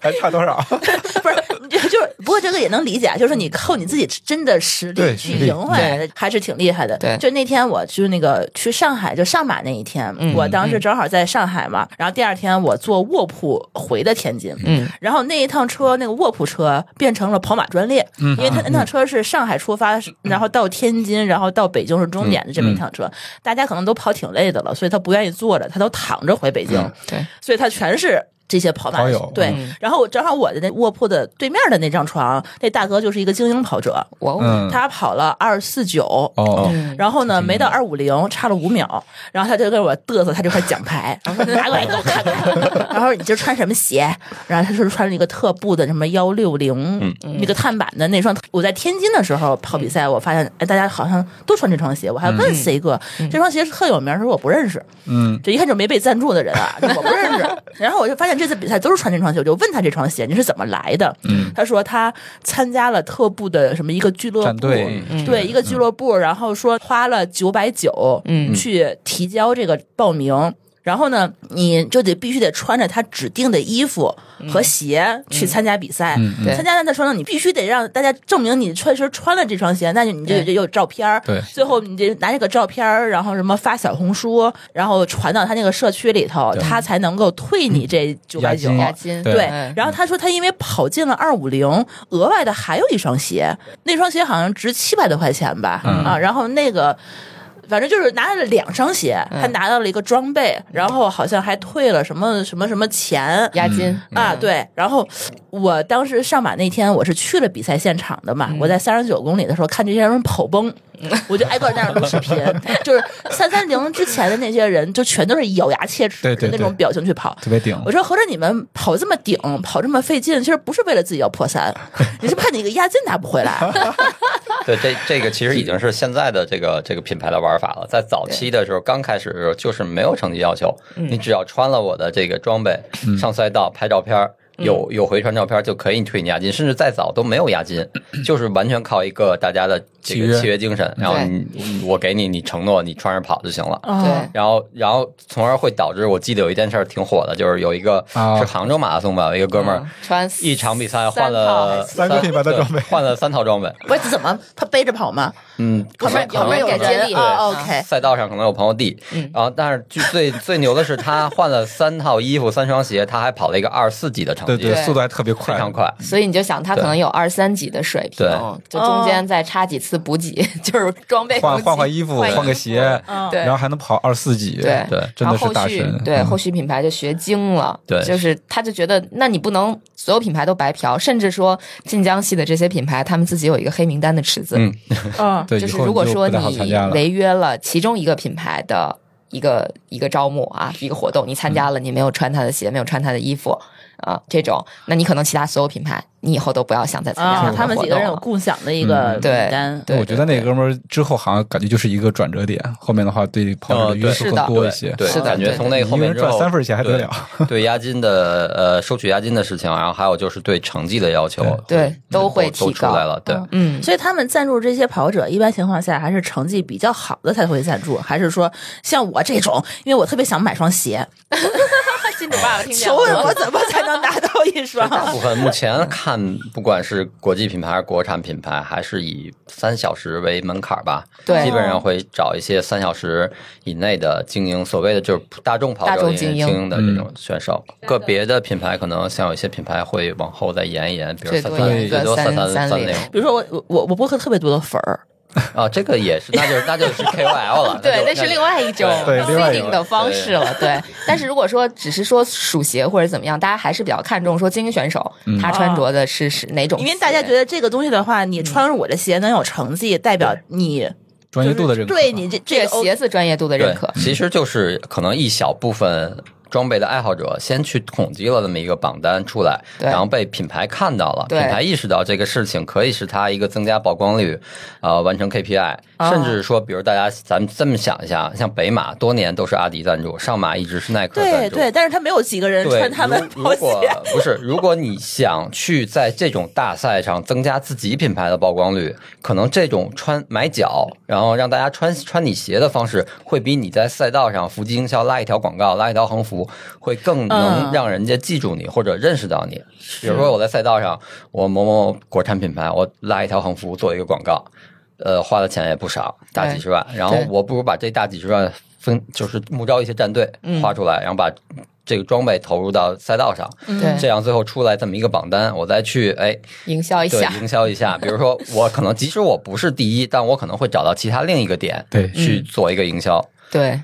还差多
[LAUGHS]
少？
不是，就就是，不过这个也能理解，就是你靠你自己真的实力
对
去
实力
赢回来的，还是挺厉害的。
对
就那天我去那个去上海，就上马那一天，
嗯
我当时正好在上海嘛，然后第二天我坐卧铺回的天津，
嗯，
然后那一趟车那个卧铺车变成了跑马专列，
嗯
因为他那趟车是上海出发，然后到天津，然后到北京是终点的这
嗯
么一趟车，大家可能都跑挺累的了，所以他不愿意坐着，他都躺着回北京，
对，
所以他全是这些跑马
嗯跑友
对，
嗯
然后我正好我的那卧铺的对面的那张床，那大哥就是一个精英跑者，
我、
嗯，
他跑了二四九。
哦，
嗯
然后呢，没到二五零，差了五秒，然后他就跟我嘚瑟他这块奖牌，然后说拿过来给我看看，然后你这穿什么鞋？然后他说穿了一个特步的什么幺六零，那个碳板的那双。我在天津的时候跑比赛，我发现哎，大家好像都穿这双鞋，我还问 C 哥，这双鞋是特有名，他说我不认识，
嗯，
这一看就没被赞助的人啊，这我不认识。然后我就发现这次比赛都是穿这双鞋，我就问他这双鞋你是怎么来的？
嗯，
他说他参加了特步的什么一个俱乐
战
部，
队
嗯
嗯
对一个俱乐部，然后说花了九百九，
嗯
去提交这个报名。然后呢，你就得必须得穿着他指定的衣服和鞋去参加比赛。
嗯嗯
嗯对
参加的时候呢，你必须得让大家证明你确实穿了这双鞋，那就你这
对
就有照片儿
嗯
对
最后你得拿这个照片儿，然后什么发小红书，然后传到他那个社区里头，
对
他才能够退你这九百九
押。
押金
对
对
嗯，
然后他说他因为跑进了二五零，额外的还有一双鞋，那双鞋好像值七百多块钱吧，
嗯
啊，然后那个。反正就是拿了两双鞋，
嗯
他拿到了一个装备，然后好像还退了什么什么什么钱，
押
嗯
金
啊，，对。然后我当时上马那天，我是去了比赛现场的嘛。我在三十九公里的时候看这些人跑崩，我就挨个儿在那儿录视频，就是三三零之前的那些人，就全都是咬牙切齿
对
的
对
那种
对
表情去跑。
特别顶。
我说合着你们跑这么顶，跑这么费劲，其实不是为了自己要破三，你是怕你个押金拿不回来。
对，这这个其实已经是现在的这个这个品牌的玩法了。在早期的时候，刚开始的时候就是没有成绩要求，
嗯
你只要穿了我的这个装备
嗯
上赛道拍照片儿。有
嗯
有回传照片就可以退你押金，甚至再早都没有押
[CLEARS THROAT]
金，就是完全靠一个大家的这
契
个
约
契约精神，然后你我给你，你承诺你穿着跑就行了。
哦
然后，然后，从而会导致我记得有一件事儿挺火的，就是有一个
啊
是杭州马拉松吧，有一个哥们儿
嗯穿
一场比赛换
三套还
了
是
三个品牌的
对
装备
换了三套装备，
不是怎么他背着跑吗？
嗯，
不是
可
有
能
没有
可
给
能
接力哦
对
啊？OK，
赛道上可能有朋友弟，
嗯
然后但是据最最牛的是他换了三套衣服、三双鞋，他还跑了一个二四级的成
对
绩，
对，
对
速度还特别快，
非常快。
所以你就想他可能有二三级的水平
对，
就中间再插几次补给， [LAUGHS] 就是装备
哦换
更新
换换衣服，换个鞋，
嗯
对
然后还能跑二四级，
对
对
真
然
的
后
是
后
大
续
神。
对
嗯
后续品牌就学精了，
对
就是他就觉得，那你不能所有品牌都白嫖，甚至说晋江系的这些品牌，他们自己有一个黑名单的池子，
嗯
嗯，
对，
就
以
是
后
如果
就
说
不太好参
你
加了，
违约了其中一个品牌的一个一个招募啊，一个活动，你参加了，你没有穿他的鞋，没有穿他的衣服啊、这种，那你可能其他所有品牌，你以后都不要想再参加
啊，
这
他
个
们
嗯活
几个
动
人有
了。
共享的一个
嗯
名
对
单。
对
我觉得那哥们儿之后好像感觉就是一个转折点，后面的话对跑者的
嗯
约
对
是
束更
的
多一些。
对，
是的
感觉
对
从那
你
后
一个
面
人
之后
赚三份钱还得了？
对对押金的呃收取押金的事情，然后还有就是对成绩的要求，
对
嗯
都会
都
提
出
高
来了。对，
[LAUGHS]
嗯，
所以他们赞助这些跑者，一般情况下还是成绩比较好的才会赞助，还是说像我这种，因为我特别想买双鞋，
金主爸爸听
求问我怎么才能拿到 [LAUGHS] 一
大
双？
部分目前看，不管是国际品牌还是国产品牌，还是以三小时为门槛儿吧。
[LAUGHS] 对
基本上会找一些三小时以内的精英，所谓的就是大众跑
大
者
众
里
精英
精英的这种选手。个别的品牌可能像有一些品牌会往后再延一延，比如
最
三
多
三
延个
最多三
三
三
三
三
零
零
比如说我我我我播客特别多的粉儿，
啊，这个也是，那就是啊那就是 KOL 了。
对，那
就是
另。外一种
对另外一
feeding
种
的方式了。对，但是如果说只是说属鞋或者怎么样，大家还是比较看重说精英选手他穿着的是是哪种鞋，
因为大家觉得这个东西的话，你穿上我的鞋能有成绩，代表你
专业度的认可，
对你这
这
这
个
个
鞋子专业度的
对
认可。
其实就是可能一小部分装备的爱好者先去统计了那么一个榜单出来，
对
然后被品牌看到了，品
对
牌意识到这个事情可以是它一个增加曝光率，呃，完成 KPI，
哦
甚至说，比如大家咱们这么想一下，像北马多年都是阿迪赞助，上马一直是耐克
对
赞助。
对，但是他没有几个人
对，
穿他们
如
跑
如果
鞋。
不是，如果你想去在这种大赛上增加自己品牌的曝光率，可能这种穿买脚，然后让大家穿穿你鞋的方式，会比你在赛道上伏击营销拉一条广告、拉一条横幅，会更能
嗯
让人家记住你或者认识到你。比如说我在赛道上，我某某国产品牌，我拉一条横幅做一个广告，呃，花的钱也不少，大
对
几十万。然后
对
我不如把这大几十万分，就是募招一些战队
嗯
花出来，然后把这个装备投入到赛道上，
嗯
对
这样最后出来这么一个榜单，我再去哎，
营销一
对
下，
营销一下。比如
[LAUGHS]
说，我可能即使我不是第一，但我可能会找到其他另一个点，
对
嗯
去做一个营销。
对，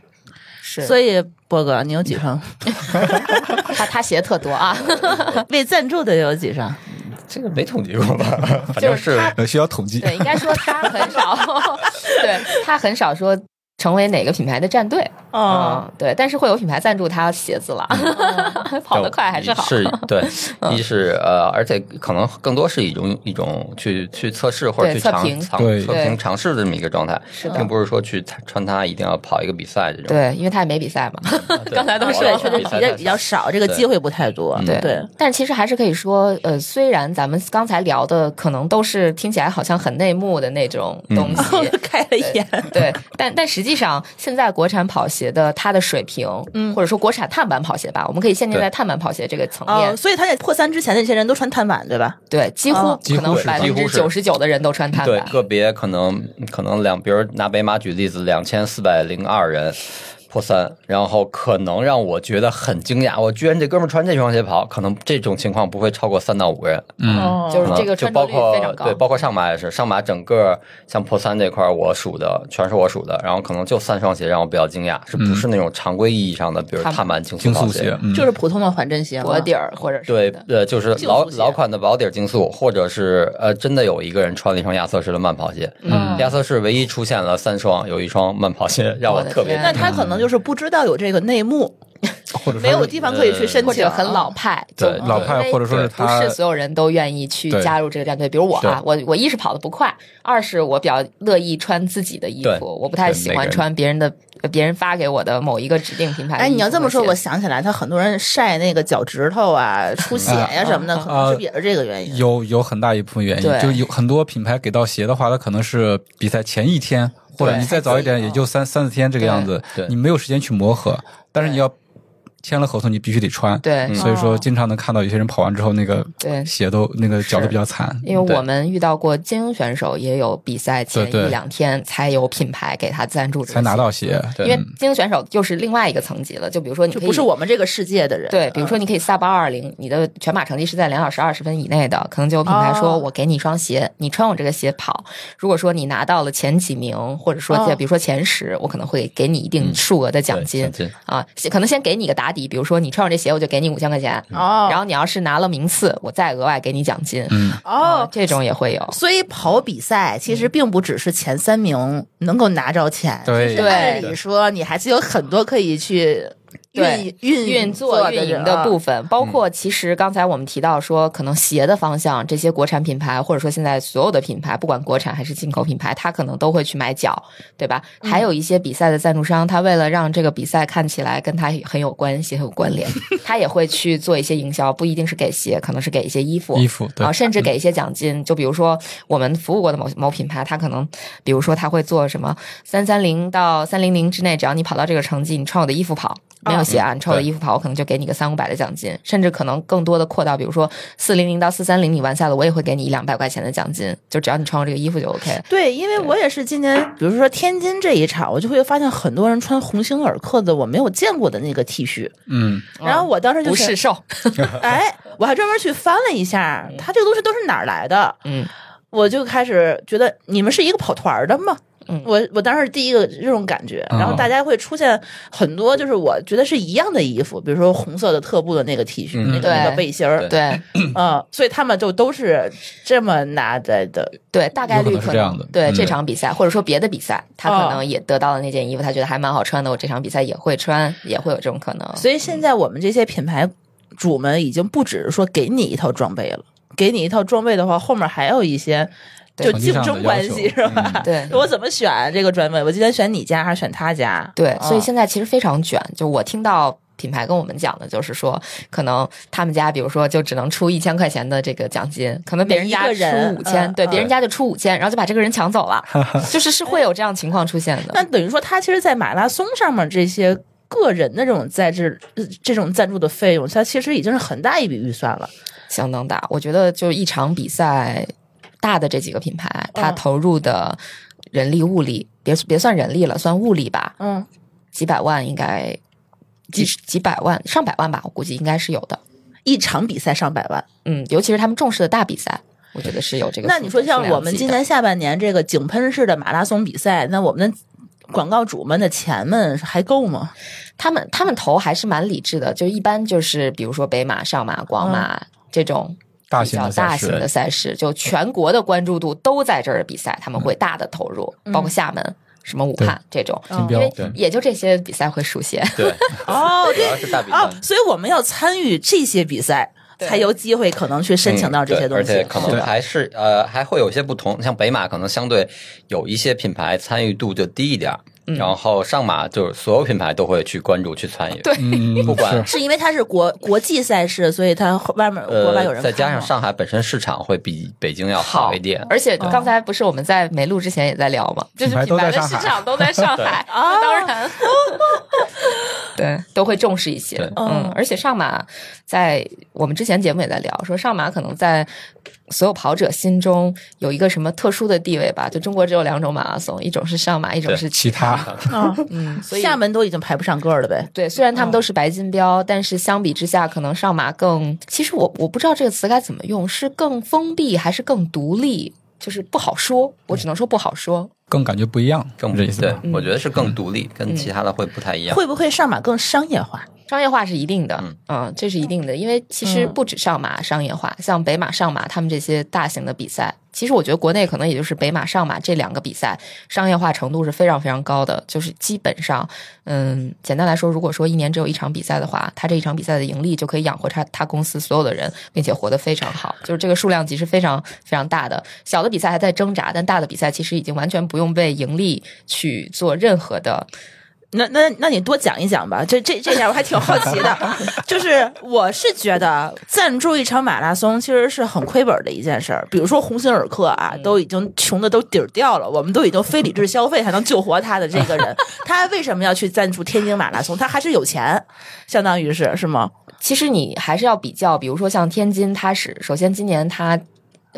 是，
所
以
以波哥，你有几双？ [LAUGHS]
他他鞋特多啊，
为赞助的有几双？
这个没统计过
[LAUGHS]
吧？反
就
正
是
是
他，
呃需要统计。
对，应该说他很少， [LAUGHS] 对他很少说成为哪个品牌的战队，
哦，
嗯，对，但是会有品牌赞助他鞋子了，
嗯
[LAUGHS] 跑得快还是好， [LAUGHS] 嗯
是对，一是呃，而且可能更多是一种一种去去测试或者
对
去
测
尝
评
尝
对
测
对
评尝试的这么一个状态，
是的
并不是说去穿它一定要跑一个比赛这种。
对，因为他也没比赛嘛， [LAUGHS]
啊对
刚才都
跑
说
了
了
对，确
哦
实
比赛
比较
太
比较少，这个
对
机会不太多。
嗯
对，
但是其实还是可以说，呃，虽然咱们刚才聊的可 [LAUGHS]
嗯 [LAUGHS]
能都是听起来好像很内幕的那种东西，
开了眼。
对，但但实际上现在国产跑鞋的它的水平，
嗯
或者说国产碳板跑鞋吧，我们可以限定
对
在碳板跑鞋这个层
[LAUGHS]
面，
哦，所以他在破三之前，那些人都穿碳板，对吧？
对，几乎
哦
可能
几乎是
百分
几
之
乎是
九十九的人都穿碳
对
板，
个别可能可能两，比如拿北马举例子，两千四百零二人破三，然后可能让我觉得很惊讶，我居然这哥们儿穿这双鞋跑，可能这种情况不会超过三到五个人。
嗯，
哦
就是这个
就
穿着
包
率
括
非常高。
对，包括上马也是，上马整个像破三这块儿我数的全是我数的，然后可能就三双鞋让我比较惊讶，是不是那种常规意义上的，比如
碳
碳板竞
竞
跑
速鞋，嗯
就是普通的缓震鞋嘛，
薄底儿或者什么
对
的，
呃，就是
竞
老
速鞋
老款的薄底儿竞速，或者是呃，真的有一个人穿了一双亚瑟士的慢跑鞋。
嗯
亚瑟士唯一出现了三双，有一双慢跑鞋让
我
我
的
特别
天
那他可能就是不知道有这个内幕，
或者说
没有地方可以去申
或
请，
者很老派，就
对
老派
因为
或者说是
不
他
是所有人都愿意去
对
加入这个战队。比如我啊，我我一是跑得不快，二是我比较乐意穿自己的衣
对
服，我不太
对
喜
每个
欢
人
穿别人的呃别人发给我的某一个指定品牌的衣服和鞋。
哎，你要这么说，我想起来，他很多人晒那个脚趾头啊、出血呀、什么的，
啊
可
嗯
能是不是也是这个原因。
有有很大一部分原
对
因，就有很多品牌给到鞋的话，它可能是比赛前一天，或者
对
你再早一点，
才自己
也就三三四天这个样子
对，对
你没有时间去磨合，但是你要签了合同，你必须得穿。
对嗯哦
所以说经常能看到有些人跑完之后，那个
对
鞋都那个脚都比较惨。
因为
对
我们遇到过精英选手，也有比赛前
对对
一两天才有品牌给他赞助这个
才拿到嗯鞋，
因为精英选手又是另外一个层级了。就比如
嗯
说，你
就
可以
不是我们这个世界的人，啊嗯
对，比如说你可以 sub 二零，你的全马成绩是在两小时二十分以内的，可能就有品牌
哦
说我给你一双鞋，你穿我这个鞋跑。如果说你拿到了前几名，或者说
哦
比如说前十，我可能会给你一定数额的奖金
奖金
啊，可能先给你个打底，比如说你穿我这鞋，我就给你五千块钱。
哦，
然后你要是拿了名次，我再额外给你奖金。
嗯，
啊
哦，
这种也会有。
所以跑比赛其实并不只是前三名能够拿着钱，
对
其实按理说你还是有很多可以去
对
运运
运
作啊
作运营的部
分。
分，包括其实刚才我们提到说，可能鞋的方向，这些国产品牌或者说现在所有的品牌，不管国产还是进口品牌，它可能都会去买脚，对吧？还有一些比赛的赞助商，他为了让这个比赛看起来跟他很有关系、很有关 [LAUGHS] 联，他也会去做一些营销，不一定是给鞋，可能是给一些衣服。
衣服对嗯
啊，，甚至给一些奖金，就比如说我们服务过的某某品牌，它可能，比如说它会做什么三三零到三零零之内，只要你跑到这个成绩，你穿我的衣服跑，没有鞋啊，你穿我的衣服跑，我可能就给你个三五百的奖金，甚至可能更多的扩到，比如说四零零到四三零，你完赛了，我也会给你一两百块钱的奖金，就只要你穿我这个衣服就 OK。
对，因为我也是今年，比如说天津这一场，我就会发现很多人穿鸿星尔克的我没有见过的那个 T 恤，
嗯，
然后我当时就
哦不是瘦，
哎，我还专门去翻了一下，他这个东西都是哪儿来的？
嗯，
我就开始觉得你们是一个跑团儿的吗？
嗯
我我当时第一个这种感觉，然后大家会出现很多就是我觉得是一样的衣服，比如说红色的特步的那个 T 恤，那个那个
对
背心儿，
对 [LAUGHS]
嗯，所以他们就都是这么拿来的。
对，大概
有可
率
能是这样的
对
嗯
这场比赛或者说别的比赛，他
哦
可能也得到了那件衣服，他觉得还蛮好穿的，我这场比赛也会穿，也会有这种可能。
所以现在我们这些品牌主们已经不只是说给你一套装备了，给你一套装备的话，后面还有一些
对
就竞争关
成
系
绩
是
上的要求嗯
吧？
嗯对
我怎么选这个专位？我今天选你家还是选他家？
对，所以
嗯
现在其实非常卷。就我听到品牌跟我们讲的，就是说，可能他们家比如说就只能出一千块钱的这个奖金，可能别人家
每一个人
出五千、
嗯
对，
嗯
别人家就出五千，然后就把这个人抢走了，就是是会有这样情况出现
那
的。
等于说，他其实，在马拉松上面这些个人的这种在这呃这种赞助的费用，他其实已经是很大一笔预算了。
相当大，我觉得就一场比赛，大的这几个品牌，它
嗯
投入的人力物力，别别算人力了，算物力吧，
嗯，
几百万应该几十几百万上百万吧，我估计应该是有的。
一场比赛上百万。
嗯，尤其是他们重视的大比赛，我觉得是有这个数
那
量级的。
你说，像我们今年下半年这个井喷式的马拉松比赛，那我们的广告主们的钱们还够吗？
他们他们投还是蛮理智的，就一般就是比如说北马、上马、
嗯
广马、这种。
大
比
型
较
的赛
大型的
事，
赛事，就全国的关注度都在这儿的比赛，他们会大的投入，
嗯
包括厦门、什么武汉这种，
金
嗯因
标
为 [LAUGHS]
对
也就这些比赛会熟悉。
对，
哦，
主要是
[LAUGHS]
大比赛
哦，所以我们要参与这些比赛，
对
才有机会可能去申请到这些
嗯对
东西。
而且可
是
能
吧
还是呃还会有一些不同，像北马可能相对有一些品牌参与度就低一点儿，
嗯
然后上马就是所有品牌都会去关注去参与，
对
嗯，
不管
是
是因为它是国国际赛事，所以它外面国外有人
呃，
看吗、
再加上上海本身市场会比北京要好一点，
嗯
而且刚才不是我们在没录之前也在聊嘛，就是品牌的市场都在上海，
[LAUGHS]
那当然， [LAUGHS] 对，都会重视一些
对。
嗯
嗯，
而且上马在我们之前节目也在聊，说上马可能在所有跑者心中有一个什么特殊的地位吧？就中国只有两种马拉松，一种是上马，一种
对
是
其他。
嗯，所以
啊厦门都已经排不上个儿了呗。
对，虽然他们都是白金标，但是相比之下，可能上马更……其实我我不知道这个词该怎么用，是更封闭还是更独立，就是不好说。我只能说不好说。
更感觉不一样，是
更
这嗯意思
对
吧？，
嗯
我觉得是更独立，跟其他的会不太一样。
会不会上马更商业化？
商业化是一定的，
嗯
嗯这是一定的，因为其实
嗯
不止上马商业化，像北马、上马他们这些大型的比赛，其实我觉得国内可能也就是北马、上马这两个比赛商业化程度是非常非常高的，就是基本上，嗯，简单来说，如果说一年只有一场比赛的话，他这一场比赛的盈利就可以养活他他公司所有的人，并且活得非常好，就是这个数量级是非常非常大的。小的比赛还在挣扎，但大的比赛其实已经完全不用为盈利去做任何的，
那那那你多讲一讲吧，这这这点我还挺好奇的。 [LAUGHS] 就是我是觉得赞助一场马拉松其实是很亏本的一件事儿。比如说鸿星尔克啊，都已经穷的都底儿掉了，我们都已经非理智消费才能救活他的这个 [LAUGHS] 人，他为什么要去赞助天津马拉松？他还是有钱，相当于是是吗？
其实你还是要比较，比如说像天津，它是首先今年它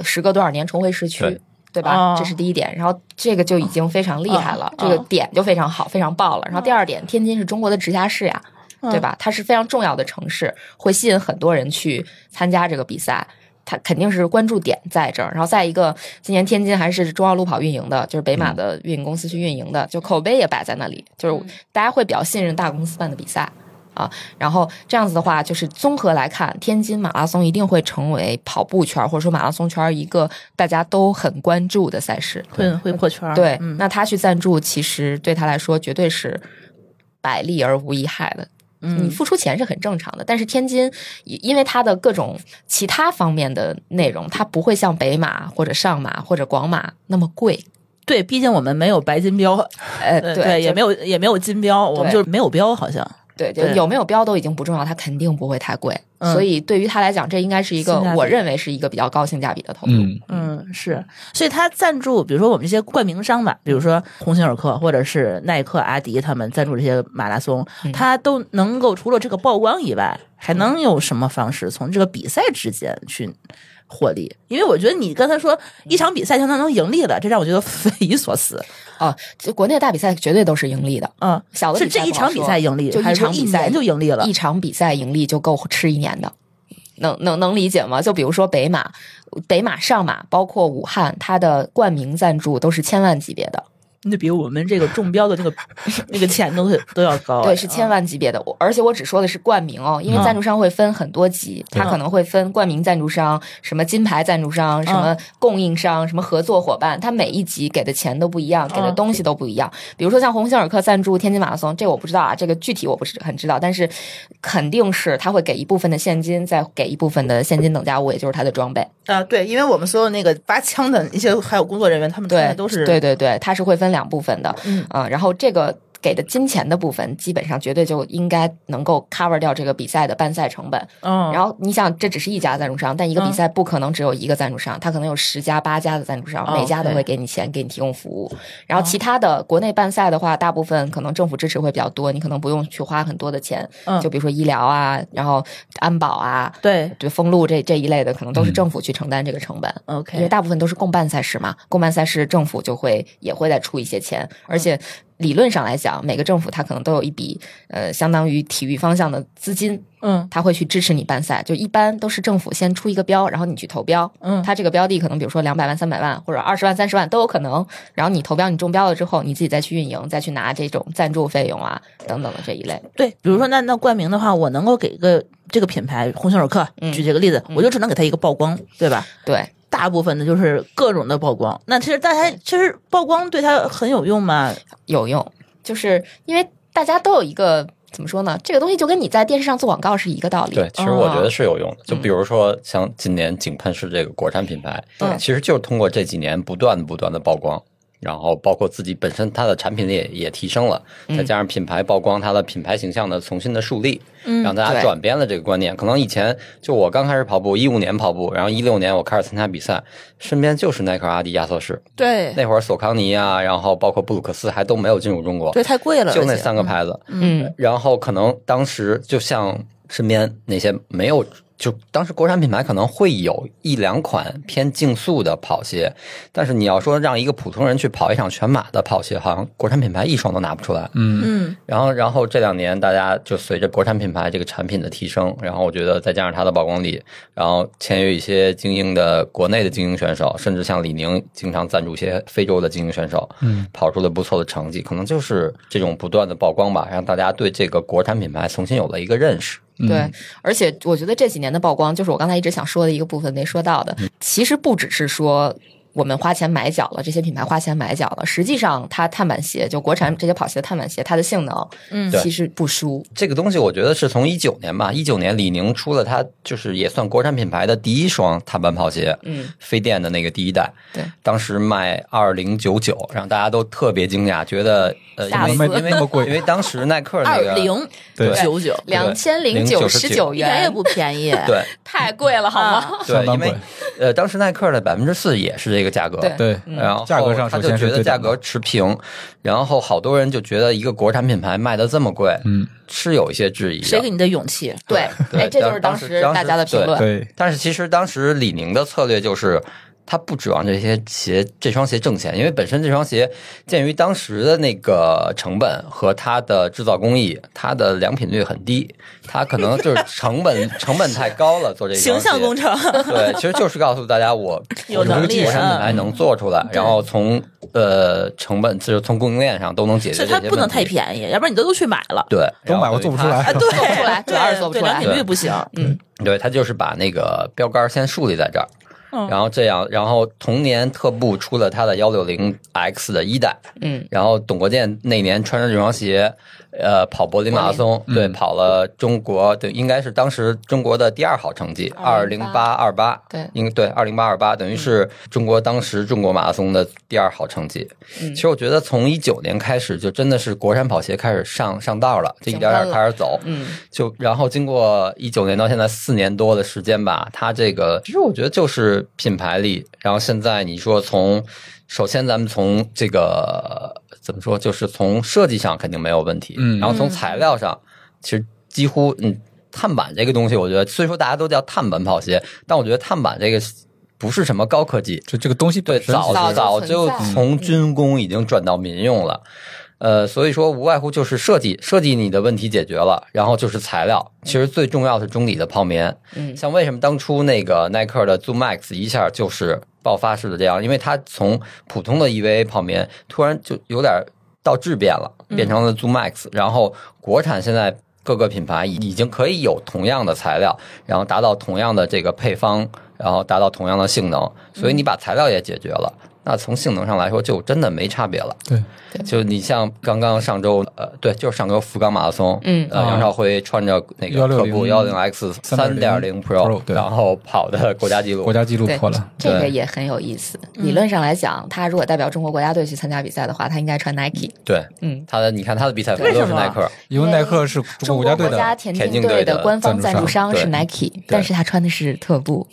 时隔多少年重回市区，
对
对吧、
哦
这是第一点，然后这个就已经非常厉害了，
哦
这个点就非常好，非常爆了。然后第二点，天津是中国的直辖市呀，对吧？它是非常重要的城市，会吸引很多人去参加这个比赛。它肯定是关注点在这儿，然后再一个，今年天津还是中央路跑运营的，就是北马的运营公司去运营的，就口碑也摆在那里，就是大家会比较信任大公司办的比赛。啊，然后这样子的话，就是综合来看，天津马拉松一定会成为跑步圈儿或者说马拉松圈儿一个大家都很关注的赛事。
会会破圈儿
对，
嗯，
那他去赞助，其实对他来说绝对是百利而无一害的。你
嗯
付出钱是很正常的，但是天津因因为它的各种其他方面的内容，它不会像北马或者上马或者广马那么贵。
对，毕竟我们没有白金标，
呃，
呃
对，
也
就
没有也没有金标，我们
对
就是没有标，好像
对，就
对
有没有标都已经不重要，它肯定不会太贵。
嗯
所以对于他来讲，这应该是一个
性价比
我认为是一个比较高性价比的投入。
嗯，
嗯，是，所以他赞助，比如说我们这些冠名商吧，比如说鸿星尔克或者是耐克、阿迪，他们赞助这些马拉松，他都能够除了这个曝光以外，还能有什么方式从这个比赛之间去获利？因为我觉得你刚才说一场比赛相当能盈利了，这让我觉得匪夷所思。
啊，就国内大比赛绝对都是盈利的，
嗯，
小的
是
比赛
这一
不好
场比
说
赛盈利，
就
还
一
是说
场
一
比赛
年就盈利了
一？场比赛盈利就够吃一年的，能能能理解吗？就比如说北马、北马上马，包括武汉，它的冠名赞助都是千万级别的，
那比我们这个中标的这个 [LAUGHS] 那个钱都都要高哎，
对，是千万级别的。我而且我只说的是冠名哦，因为赞助商会分很多级，它可能会分冠名赞助商、什么金牌赞助商、什么供应商、什么合作伙伴，它每一级给的钱都不一样，给的东西都不一样。比如说像鸿星尔克赞助天津马拉松，这我不知道啊，这个具体我不是很知道，但是肯定是他会给一部分的现金，再给一部分的现金等价物，也就是他的装备。
啊，对，因为我们所有那个拔枪的一些还有工作人员，他们穿
对
的，都是
对对对，它是会分两部分的，
嗯
啊、然后这个给的金钱的部分，基本上绝对就应该能够 cover 掉这个比赛的办赛成本。
嗯，
然后你想，这只是一家赞助商，但一个
嗯
比赛不可能只有一个赞助商，它可能有十家、八家的赞助商，
哦
每家都
对哦
会给你钱，给你提供服务。然后其他的国内办赛的话，大部分可能政府支持会比较多，你可能不用去花很多的钱，
嗯
就比如说医疗啊，然后安保啊，
对
对封路这这一类的，可能
嗯
都是政府去承担这个成本。因为
，OK，
大部分都是共办赛事嘛，共办赛事政府就会也会再出一些钱，而
嗯
且理论上来讲，每个政府它可能都有一笔呃相当于体育方向的资金，
嗯
它会去支持你办赛，就一般都是政府先出一个标，然后你去投标，
嗯
它这个标的可能比如说两百万、三百万或者二十万、三十万都有可能，然后你投标你中标了之后，你自己再去运营，再去拿这种赞助费用啊等等的这一类，
对，比如说那那冠名的话，我能够给一个这个品牌鸿星尔克，
嗯
举这个例子，我就只能给他一个曝光，对吧？
对。
大部分的就是各种的曝光，那其实大家其实曝光对他很有用嘛，
有用，就是因为大家都有一个怎么说呢？这个东西就跟你在电视上做广告是一个道理。
对，其实
嗯
我觉
哦
得是有用的。就比如说，像今年井喷是这个国产品牌，
嗯
其实就是通过这几年不断不断的曝光，然后包括自己本身它的产品力也也提升了，再加上品牌曝光，它的品牌形象的重新的树立，让大家
对
转变了这个观念。可能以前就我刚开始跑步，一五年跑步，然后一六年我开始参加比赛，身边就是耐克、阿迪、亚瑟士，
对
那会儿索康尼啊，然后包括布鲁克斯还都没有进入中国，
对，太贵了，
就那
而且
三个牌子。
嗯，
然后可能当时就像身边那些没有，就当时国产品牌可能会有一两款偏竞速的跑鞋，但是你要说让一个普通人去跑一场全马的跑鞋，好像国产品牌一双都拿不出来。
嗯，
嗯，
然后，然后这两年大家就随着国产品牌这个产品的提升，然后我觉得再加上它的曝光力，然后签约一些精英的国内的精英选手，甚至像李宁经常赞助一些非洲的精英选手，
嗯，
跑出了不错的成绩，可能就是这种不断的曝光吧，让大家对这个国产品牌重新有了一个认识。
对，而且我觉得这几年的曝光，就是我刚才一直想说的一个部分没说到的。其实不只是说我们花钱买脚了，这些品牌花钱买脚了，实际上它碳板鞋，就国产这些跑鞋的碳板鞋，它的性能，
嗯
对
其实不输。
这个东西我觉得是从一九年吧，一九年李宁出了它就是也算国产品牌的第一双碳板跑鞋，
嗯，
飞电的那个第一代，
对，
当时卖二零九九，让大家都特别惊讶，觉得呃，
吓
因
死
为
了
因为
那么贵
因为当时耐克
嗯
那
二
个
零
对
九九，
两千零九十九
一点也
元，
不便宜，
对
太贵了，好吗？ [LAUGHS]
啊
对
相，当
因为
贵
呃，当时耐克的百分之四也是这个价格，
对
对，
然后
价格上
他
首
就
先是
觉得
对
价
等的
格持平，然后好多人就觉得一个国产品牌卖的这么贵，
嗯，
是有一些质疑的。
谁给你的勇气？
对，
对
哎，这就是
当
当
时
时大家的评论。
对，
但是其实当时李宁的策略就是，他不指望这些鞋这双鞋挣钱，因为本身这双鞋鉴于当时的那个成本和它的制造工艺，它的良品率很低，它可能就是
[LAUGHS]
成本成本太高了做这
形象工
程。
程，
对，其实就是告诉大家我
有能力啊
我产品牌能做出来，然后从呃成本就是从供应链上都能解决
所以
这些
它
问题。
不能太便宜，要不然你都都去买了。
对，
都买我做不出
然后
来
啊，，对，做
不出来主要是做不出来
良品率不行。
对，他就是把那个标杆儿先树立在这儿，
嗯
然后这样，然后同年特步出了他的幺六零 X 的一代，
嗯，
然后董国建那年穿着这双鞋，呃，跑柏林马嗯拉松，对，跑了中国，对，应该是当时中国的第二好成绩，二零八二八，
对
应对二零八二八，等于是中国当时中国马拉松的第二好成绩。
嗯
其实我觉得从一九年开始，就真的是国产跑鞋开始上上道了，这一点
上班
点
了
开始走，
嗯，
就然后经过一九年到现在四年多的时间吧，它这个其实我觉得就是品牌力。然后现在你说从，首先咱们从这个怎么说，就是从设计上肯定没有问题，
嗯
然后从材料上，其实几乎嗯，碳板这个东西，我觉得虽说大家都叫碳板跑鞋，但我觉得碳板这个不是什么高科技，
就这个东西
对，
本身
早就
早早
存
就
在
从军工已经转到民用了。呃，所以说无外乎就是设计，设计你的问题解决了，然后就是材料。其实最重要是中底的泡棉。
嗯
像为什么当初那个耐克的 Zoom Max 一下就是爆发式的这样，因为它从普通的 E EVA 泡棉突然就有点到质变了，变成了
嗯
Zoom Max、然后国产现在各个品牌已已经可以有同样的材料，然后达到同样的这个配方，然后达到同样的性能，
嗯
所以你把材料也解决了。那从性能上来说，就真的没差别了。
对，
就你像刚刚上周，呃，对，就是上周福冈马拉松，
嗯
呃，
啊
杨少辉穿着那个
160
特步幺零嗯 X 三点零 Pro，
Pro，对
然后跑的国家纪录
国。家纪录
对
破了，
这个
对
也很有意思。理论上来讲，他如果代表中国国家队去参加比赛的话，他应该穿 Nike。
对，
嗯，
他的你看他的比赛服都
为
是
什么
耐克，
因为耐克是中
中国
国国家队
国家
的，
田
田
径
队
队的
的
官方赞
赞助
助商是
对
Nike，但是他穿的是特步，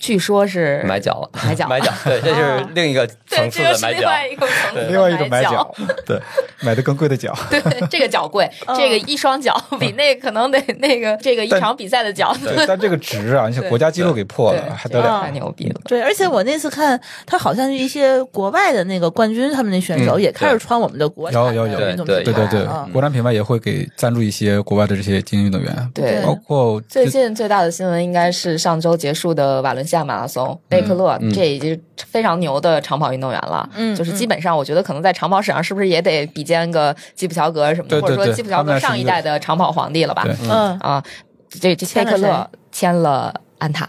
据说是
买
[LAUGHS]
脚了，
买脚
买脚，对，这是另一个层次的买脚。
一个层次的
另外一种买脚， [LAUGHS] 对，买的更贵
[LAUGHS]
的脚，
对，这个脚贵，这个一双脚 [LAUGHS] 比那可能得那个这个一
但
场比赛的脚， [LAUGHS]
对，但这个值啊，你想国家纪录给破
对嗯
了，，还
这
得
个
了？
太牛逼了。
对，而且我那次看，他好像是一些国外的那个冠军，他们那选手
嗯
也开始穿我们的国产
有
的
有有
运动
对
对
品
对
牌
对
嗯
啊，
国产品牌也会给赞助一些国外的这些精英运动员，
对
包括
最近最大的新闻应该是上周结束的瓦伦西亚马拉松，内克勒
嗯
这已经非常牛的长跑运动员了，
嗯
就是基本上我觉得可能在长跑史上是不是也得比肩个基普乔格什么的，
对对
或者说
对
基普乔
他们
格
俩是
上一代的长跑皇帝了吧
对？
嗯
啊，这这
签
内
了
克勒签了安踏，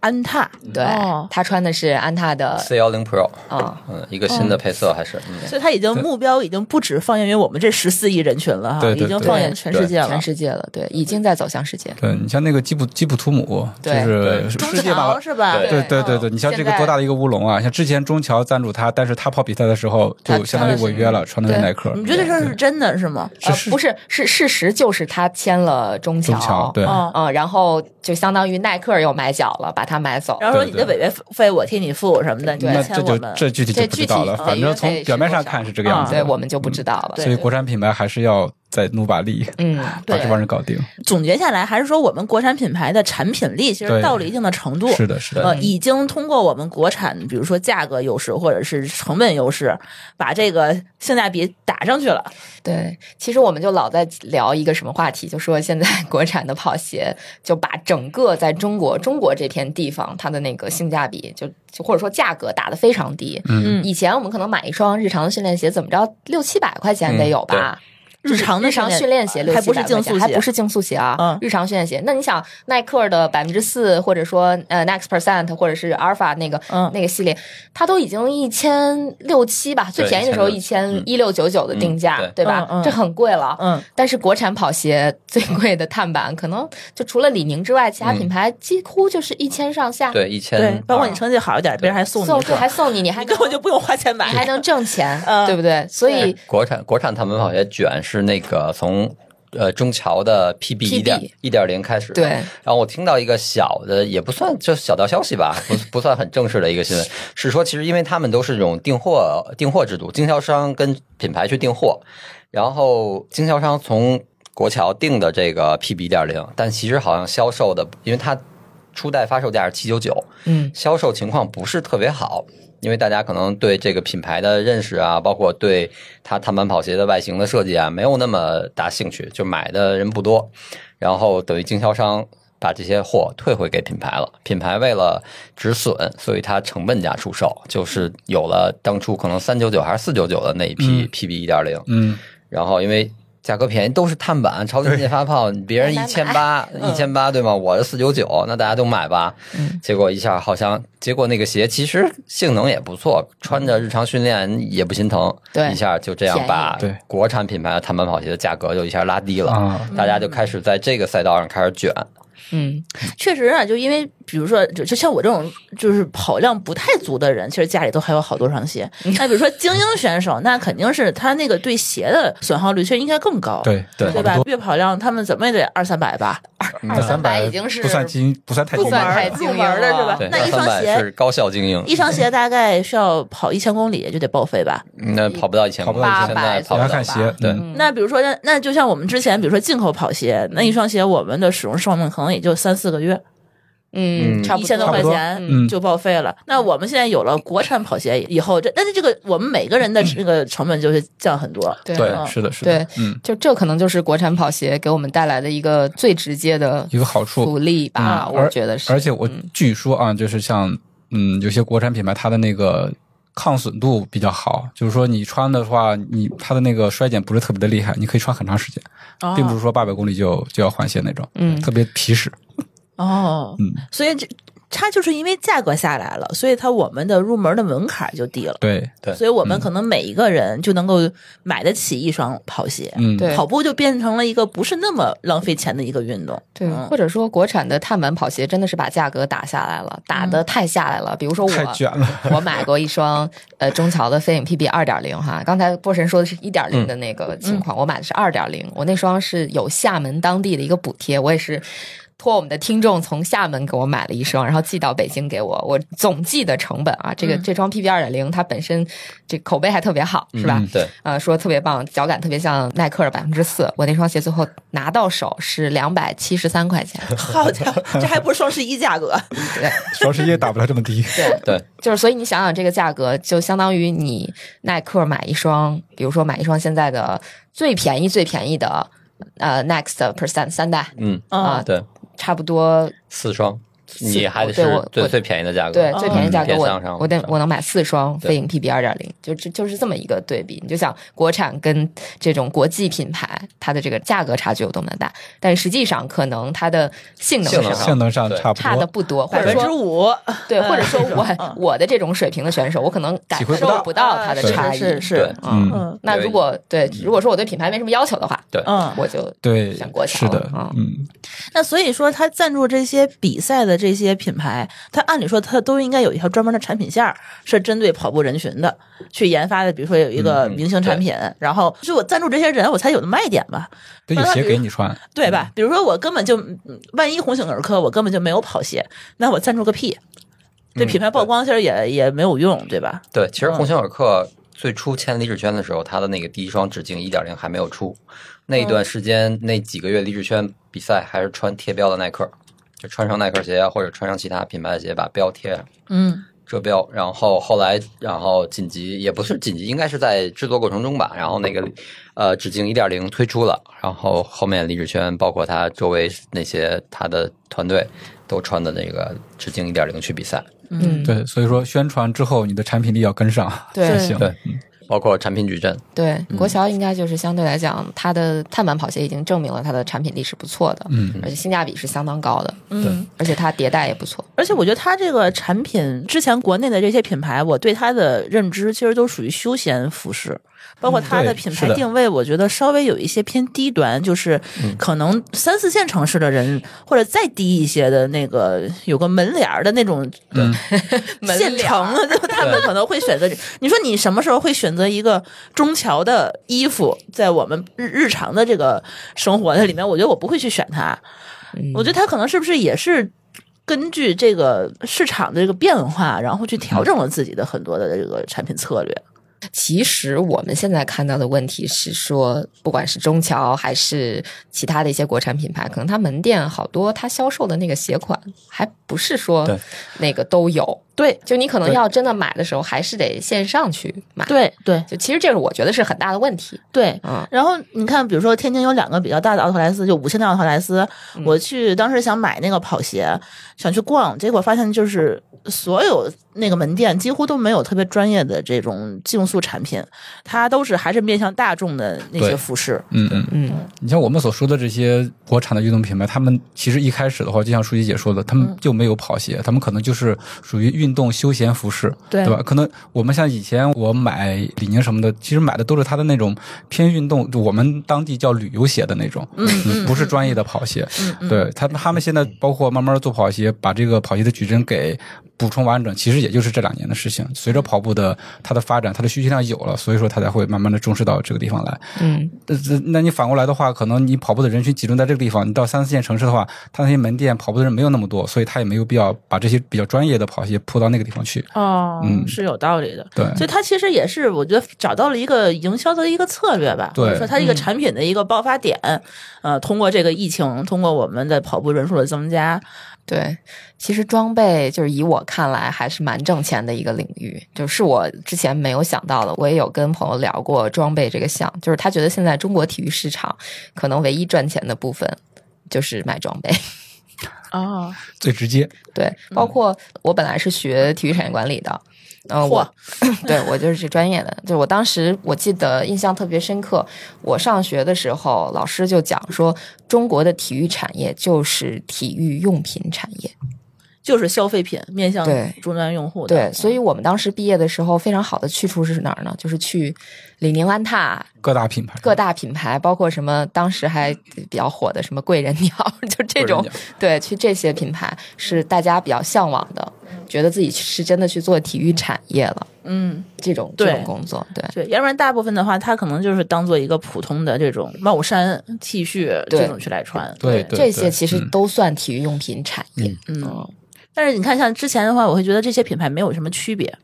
安踏，
对
哦，
他穿的是安踏的
四幺零 Pro，
啊，
嗯，一个新的配色还是，嗯，
所以它已经目标已经不止放眼于我们这十四亿人群了哈，
对对
已经
对
放眼全世界了
全。世界了，对，已经在走向世界。
对你像那个吉普吉普图姆，就
对
是世界霸
朝
王。
是吧？
对
对对对对，你像这个多大的一个乌龙啊！像之前中桥赞助他，但是他跑比赛的时候
他
就相当于违约了，穿的是耐克。
你觉得这事儿是真的是吗？
呃，不是，是事实就是他签了中
中桥对
哦，
嗯，然后就相当于耐克又买脚了，把它买走。
然后说你的
对
违约费我替你付什么的，你
对
那
来
这
签我
就
们。
这具体就
这
不
具
知道
体呃
了，
违
反
约
正
费
从
是
表面
多
上
少
看是这个样
啊
子
对，
的，
我们就不知道了。
对
嗯所以国产品牌还是要再努把力，
嗯，
把
对
这帮人搞定。
总结下来，还是说我们国产品牌的产品力其实
对
到了一定的程度，
是的，是的
呃，，已经通过我们国产，比如说价格优势或者是成本优势，把这个性价比打上去了。
对，其实我们就老在聊一个什么话题，就说现在 [LAUGHS] 国产的跑鞋就把整个在中国中国这片地方它的那个性价比就就或者说价格打得非常低。
嗯，
嗯，
以前我们可能买一双日常的训练鞋，怎么着六七百块钱得有
嗯
吧？
日常的
日常训练鞋六
还
七
不是
百块
竞
钱，
速
还
鞋
不，是竞速鞋啊，
嗯
日常训练鞋。那你想，耐克的百分之四，或者说呃 Next Percent，或者是阿尔法那个、
嗯
那个系列，它都已经一千六七吧，最
对
便宜的时候一千
1600
一六九九的定价，
嗯
对吧？
嗯嗯
这很贵了。
嗯，
但是国产跑鞋最贵的碳板，可能就除了李宁之外，其他品牌几乎就是一千上下。
对，一啊千，
对，包
嗯
括你成绩好一点，别人还送你
送
一个，
还送
[LAUGHS]
你，你还
你根本就不用花钱
你还
买。
能挣钱，
嗯
对不对？所以
国产国产碳本跑鞋卷是那个从呃中桥的 PB 一点
PB
一点零开始，
对。
然后我听到一个小的，也不算就小道消息吧，不不算很正式的一个新闻，是说其实因为他们都是这种订货订货制度，经销商跟品牌去订货，然后经销商从国桥订的这个 PB 一点零，但其实好像销售的，因为它初代发售价是七九九，
嗯，
销售情况不是特别好，因为大家可能对这个品牌的认识啊，包括对它碳板跑鞋的外形的设计啊，没有那么大兴趣，就买的人不多。然后等于经销商把这些货退回给品牌了，品牌为了止损，所以它成本价出售，就是有了当初可能三九九还是四九九的那一批
嗯
PB 一点零，
嗯，
然后因为价格便宜，都是碳板，朝天电发泡，
嗯
别人一千八，一千八对吗？我是四九九，那大家都买吧。
嗯
结果一下好像，结果那个鞋其实性能也不错，穿着日常训练也不心疼。
对
一下就这样
便宜
把
对
国产品牌的碳板跑鞋的价格就一下拉低了，
啊
大家就开始在这个赛道上开始卷。
嗯，
[LAUGHS] 确实啊，就因为比如说，就就像我这种就是跑量不太足的人，其实家里都还有好多双
[LAUGHS]
鞋。那比如说精英选手，那肯定是他那个对鞋的损耗率确实应该更高，
对对
对吧？月跑量他们怎么也得二三百吧，
二三
三
百
百
已经是
嗯不算精，不算太
不
精
算
了
太
入
精英
门的是吧
了
啊对，
那一
二
双
三百
鞋
是高效精英，
一双鞋大概需要跑一千公里就得报废吧。
嗯那跑不到一千
跑
公
不
里，
到1000
现在跑
你
不
要
到
看。鞋，
对
嗯
那比如说，那那就像我们之前，比如说进口跑鞋，那一双鞋我们的使用寿命可能也就三四个月，
嗯，
嗯
差
一
不
千多块
差不多
钱
嗯
就报废了。那我们现在有了国产跑鞋以后，这但是这个我们每个人的这个成本就是降很多。
对
对，是的，是的
对，，
嗯，
就这可能就是国产跑鞋给我们带来的一个最直接的
一个好处
福利吧，
嗯
我觉得是。嗯
而且我据说啊，就是像嗯，有些国产品牌它的那个抗损度比较好，就是说你穿的话，你它的那个衰减不是特别的厉害，你可以穿很长时间，
哦
并不是说八百公里就就要换鞋那种，
嗯
特别皮实，
哦，
嗯，
所以这它就是因为价格下来了，所以它我们的入门的门槛就低了。
对，
对
所以我们可能每一个人就能够买得起一双跑鞋，
嗯，
对
跑步就变成了一个不是那么浪费钱的一个运动。
对，
嗯
或者说国产的碳板跑鞋真的是把价格打下来了，打的太下来了。比如说
太
我，
卷
[LAUGHS]
了，
我买过一双呃中桥的飞影 PB 二点零哈，刚才波神说的是一点零的那个情况，我买的是二点零，我那双是有厦门当地的一个补贴，我也是。托我们的听众从厦门给我买了一双，然后寄到北京给我。我总计的成本啊，这个、这双 PB 二点零它本身这口碑还特别好，是吧？
嗯
对，
呃，说特别棒，脚感特别像耐克的百分之四。我那双鞋最后拿到手是两百七十三块钱，
好家伙，这还不是双十一价格，
对
双十一也打不了这么低，
对
对，
就是所以你想想这个价格，就相当于你耐克买一双，比如说买一双现在的最便宜最便宜的呃 Next Percent 三代，
嗯，
啊
嗯，
对，
差不多
四双，你还得
对我
是最
我
最便宜的价格，
对，最便宜价格
嗯别向
我
上
我得我能买四双
对
飞影 PB 二点零，就就就是这么一个对比。你就想国产跟这种国际品牌，它的这个价格差距有多么大，但实际上可能它的性能
性能
上
性能上
对
差不
差的
多，
不多，或
百
者
分之
说
五，
对，或者说
嗯
我我的这种水平的选手，我可能感
体会不
受
到
不到它的
是
差异。
是是，
嗯，
嗯
那如果对，如果说我对品牌没什么要求的话，
对
嗯。
我就
对
选国，
是
产
的
了，
嗯，
那所以说，他赞助这些比赛的这些品牌，他按理说他都应该有一条专门的产品线儿，是针对跑步人群的去研发的。比如说有一个
嗯嗯
明星产品，然后就我赞助这些人，我才有的卖点吧，
得有鞋给你穿，
对吧？比如说我根本就，嗯万一鸿星尔克我根本就没有跑鞋，那我赞助个屁，对品牌曝光其实也、也没有用，对吧？
对，其实
嗯
鸿星尔克最初签李志圈的时候，他的那个第一双直径一点零还没有出，那一段时间、那几个月，李志圈比赛还是穿贴标的耐克，就穿上耐克鞋啊，或者穿上其他品牌的鞋把标贴上。
嗯
遮标，然后后来，然后紧急也不是紧急，应该是在制作过程中吧。然后那个，呃，直径一点零推出了，然后后面李志圈包括他周围那些他的团队都穿的那个直径一点零去比赛，
嗯，
对，所以说宣传之后你的产品力要跟上才
对
[LAUGHS] 行，
对包括产品矩阵。
对，
嗯
国桥应该就是相对来讲，它的碳板跑鞋已经证明了它的产品力是不错的，
嗯，
而且性价比是相当高的，
嗯。
而且它迭代也不错。
而且我觉得它这个产品之前国内的这些品牌，我对它的认知其实都属于休闲服饰，包括它的
对
品
是
牌
的
定位，我觉得稍微有一些偏低端，就是可能三四线城市的人或者再低一些的那个有个门帘儿的那种
嗯
门
县
帘
城，他们可能会选择。你说你什么时候会选择一个中桥的衣服，在我们日日常的这个生活的里面？我觉得我不会去选它。我觉得它可能是不是也是根据这个市场的这个变化，然后去调整了自己的很多的这个产品策略。
其实我们现在看到的问题是说，不管是中桥还是其他的一些国产品牌，可能它门店好多，它销售的那个鞋款还不是说
对
那个都有。
对
就你可能要真的买的时候，还是得线上去买。，
对对
就其实这个我觉得是很大的问题。
对，
嗯，
然后你看，比如说天津有两个比较大的奥特莱斯，就五星的奥特莱斯，
嗯
我去当时想买那个跑鞋，想去逛，结果发现就是所有那个门店几乎都没有特别专业的这种竞速产品，它都是还是面向大众的那些
对
服饰。
嗯嗯。
嗯，
你像我们所说的这些国产的运动品牌，他们其实一开始的话，就像舒淇姐说的，他们就没有跑鞋，他们可能就是属于运动休闲服饰，
对
对吧？可能我们像以前我买李宁什么的，其实买的都是它的那种偏运动，就我们当地叫旅游鞋的那种，嗯，不是专业的跑鞋。对他们，他们现在包括慢慢做跑鞋，把这个跑鞋的矩阵给补充完整，其实也就是这两年的事情。随着跑步的它的发展，它的需求量有了，所以说它才会慢慢的重视到这个地方来。
嗯，
这这，呃那你反过来的话，可能你跑步的人群集中在这个地方，你到三四线城市的话，它那些门店跑步的人没有那么多，所以它也没有必要把这些比较专业的跑鞋铺到那个地方去。
哦
嗯
是有道理的。
对，
所以它其实也是，我觉得找到了一个营销的一个策略吧，
对嗯
或者说它一个产品的一个爆发点，呃，通过这个疫情，通过我们的跑步人数的增加，
对，其实装备就是以我看来还是蛮挣钱的一个领域，就是我之前没有想到的。我也有跟朋友聊过装备这个项，就是他觉得现在中国体育市场可能唯一赚钱的部分就是卖装备。
哦，
最直接。
对，包括我本来是学体育产业管理的，呃，
嚯
我对我就是这专业的，就我当时我记得印象特别深刻，我上学的时候老师就讲说，中国的体育产业就是体育用品产业。
就是消费品面向
对
终端用户的，嗯
对，所以我们当时毕业的时候，非常好的去处是哪儿呢？就是去李宁、安踏
各大品牌，
各大品牌，包括什么当时还比较火的什么贵人鸟， [LAUGHS] 就这种
贵人鸟，
对，去这些品牌是大家比较向往的，觉得自己是真的去做体育产业了，
嗯，
这种
对
这种工作，对。
对，要不然大部分的话，它可能就是当做一个普通的这种帽衫、T 恤
对
这种去来穿。
对对哦
这些其实
嗯
都算体育用品产业，
嗯，但是你看，像之前的话，我会觉得这些品牌没有什么区别。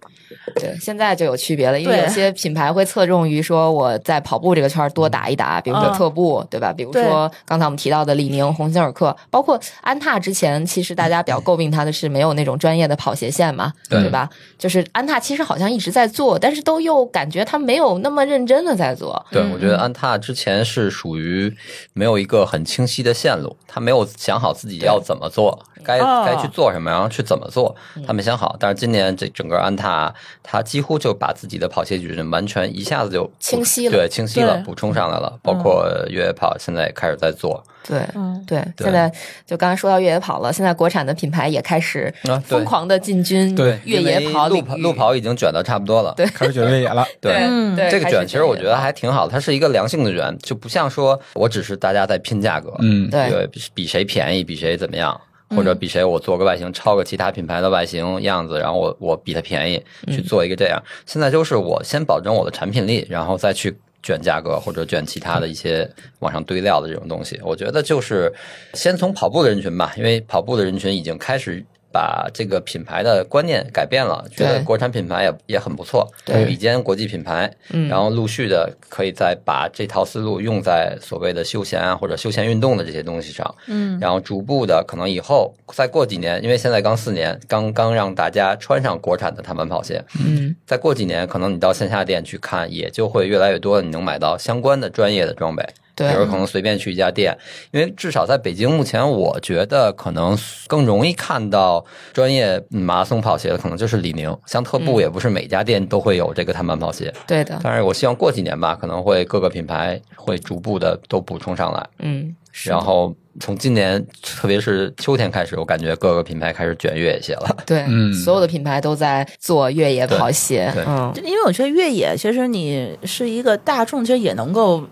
对，现在就有区别了，因为
对
有些品牌会侧重于说我在跑步这个圈儿多打一打，比如说
嗯
特步，对吧？比如
对
说刚才我们提到的李宁、鸿星尔克，包括安踏，之前其实大家比较诟病它的是没有那种专业的跑鞋线嘛，
对
对吧？就是安踏其实好像一直在做，但是都又感觉它没有那么认真的在做，
对，我觉
嗯
得安踏之前是属于没有一个很清晰的线路，他没有想好自己要怎么做，该
哦
该去做什么，然后去怎么做，
嗯
他没想好。但是今年这整个安踏，他几乎就把自己的跑鞋矩阵完全一下子就补
清晰了嗯
对，清晰了
对，
补充上来了。包括越野跑现在也开始在做
对。
嗯，
对，
对
现在就刚才说到越野跑了，现在国产的品牌也开始
啊，对
疯狂的进军
对
越野跑
因为
领
路跑
域。
路跑已经卷的差不多了。
对
开始卷越野了。
[LAUGHS]
嗯
对对
这个
开始
卷其实我觉
越野
得
跑
还挺好的，它是一个良性的卷，就不像说我只是大家在拼价格，
嗯，
对
对，比比谁便宜，比谁怎么样，或者比谁我做个外形超个其他品牌的外形样子，然后我我比它便宜去做一个这样。现在就是我先保证我的产品力，然后再去。卷价格或者卷其他的一些往上堆料的这种东西，我觉得就是先从跑步的人群吧，因为跑步的人群已经开始把这个品牌的观念改变了，觉得
对
国产品牌也也很不错，
对
比肩国际品牌，
嗯
然后陆续的可以再把这套思路用在所谓的休闲啊或者休闲运动的这些东西上，嗯，然后逐步的可能以后再过几年，因为现在刚四年，刚刚让大家穿上国产的碳板跑鞋，
嗯，
再过几年，可能你到线下店去看，也就会越来越多的你能买到相关的专业的装备。
对
比如可能随便去一家店，因为至少在北京，目前我觉得可能更容易看到专业马拉松跑鞋的，可能就是李宁。像特
嗯
步也不是每家店都会有这个碳板跑鞋，
对的，
但是我希望过几年吧，可能会各个品牌会逐步的都补充上来。
嗯，是的
然后从今年，特别是秋天开始，我感觉各个品牌开始卷越野鞋了。
对，
嗯
所有的品牌都在做越野跑鞋
对，对
嗯，
因为我觉得越野其实你是一个大众，其实也能够。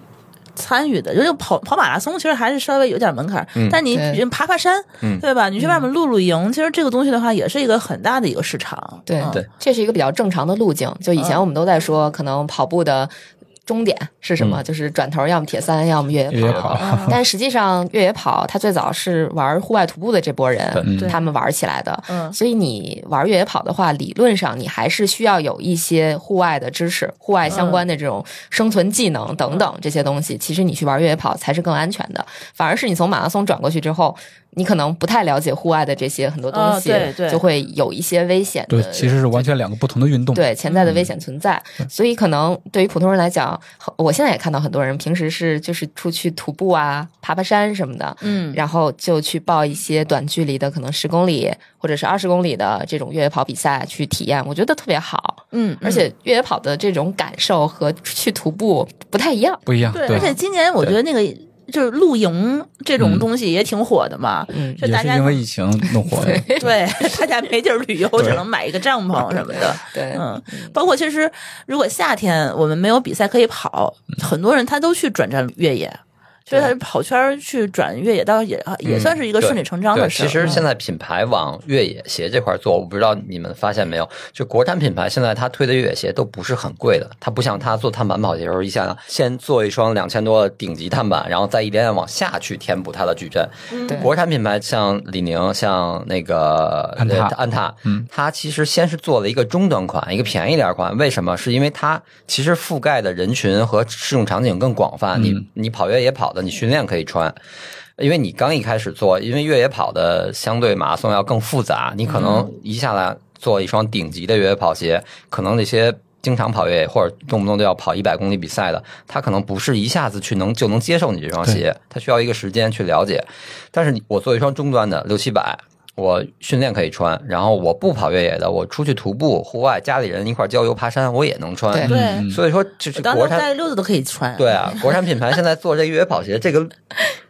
参与的，就是跑跑马拉松，其实还是稍微有点门槛儿。
嗯
但你
对
爬爬山，
嗯
对吧？你去外面露露营，其实这个东西的话，也是一个很大的一个市场。
对
嗯
对
这是一个比较正常的路径。就以前我们都在说，可能跑步的终点是什么，就是转头要么铁三，要么越
越
野
野
跑。
跑，
但实际上，越野跑它最早是玩户外徒步的这波人，
对
他们玩起来的。
嗯
所以你玩越野跑的话，理论上你还是需要有一些户外的知识、户外相关的这种生存技能等等这些东西。其实你去玩越野跑才是更安全的，反而是你从马拉松转过去之后，你可能不太了解户外的这些很多东西，
哦对对
就会有一些危险的。
对，其实是嗯完全两个不同的运动。，
对潜在的危险存在，所以可能对于普通人来讲，很我现在也看到很多人平时是就是出去徒步啊、爬爬山什么的，
嗯
然后就去报一些短距离的，可能十公里或者是二十公里的这种越野跑比赛去体验，我觉得特别好。
嗯，
而且越野跑的这种感受和去徒步不太一样，
不一样。
对，而且今年我觉得那个就是露营这种
嗯
东西也挺火的嘛，
嗯，
就
也
大
是
家
因为疫情弄火的。
对大家没地儿旅游，只能买一个帐篷什么的。
对，
嗯，包括其实如果夏天我们没有比赛可以跑，很多人他都去转战越野，就是他跑圈儿去转越野，倒也也算是一个顺理成章
嗯对，
的事儿。嗯
其实现
在
在品牌往越野鞋这块儿做，我不知道你们发现没有，就国产品牌现在它推的越野鞋都不是很贵的，它不像它做碳板跑鞋的时候，一下先做一双两千多的顶级碳板，然后再一点点往下去填补它的矩阵。
对
国产品牌像李宁，像那个
安踏
呃安踏，
嗯，
它其实先是做了一个中端款，一个便宜点儿款。为什么？是因为它其实覆盖的人群和适用场景更广泛。
嗯
你你跑越野跑的，你训练可以穿。因为你刚一开始做，因为越野跑的相对马拉松要更复杂，你可
嗯
能一下来做一双顶级的越野跑鞋，可能那些经常跑越野或者动不动就要跑一百公里比赛的，他可能不是一下子去能就能接受你这双鞋，他需要一个时间去了解。但是你我做一双中端的六七百，我训练可以穿，然后我不跑越野的，我出去徒步、户外，家里人一块儿郊游、爬山，我也能穿。
对
嗯
对，
所以说，就是
我当
国
时
产
带溜子都可以穿。
[LAUGHS] 对啊，国产品牌现在做这越野跑鞋这个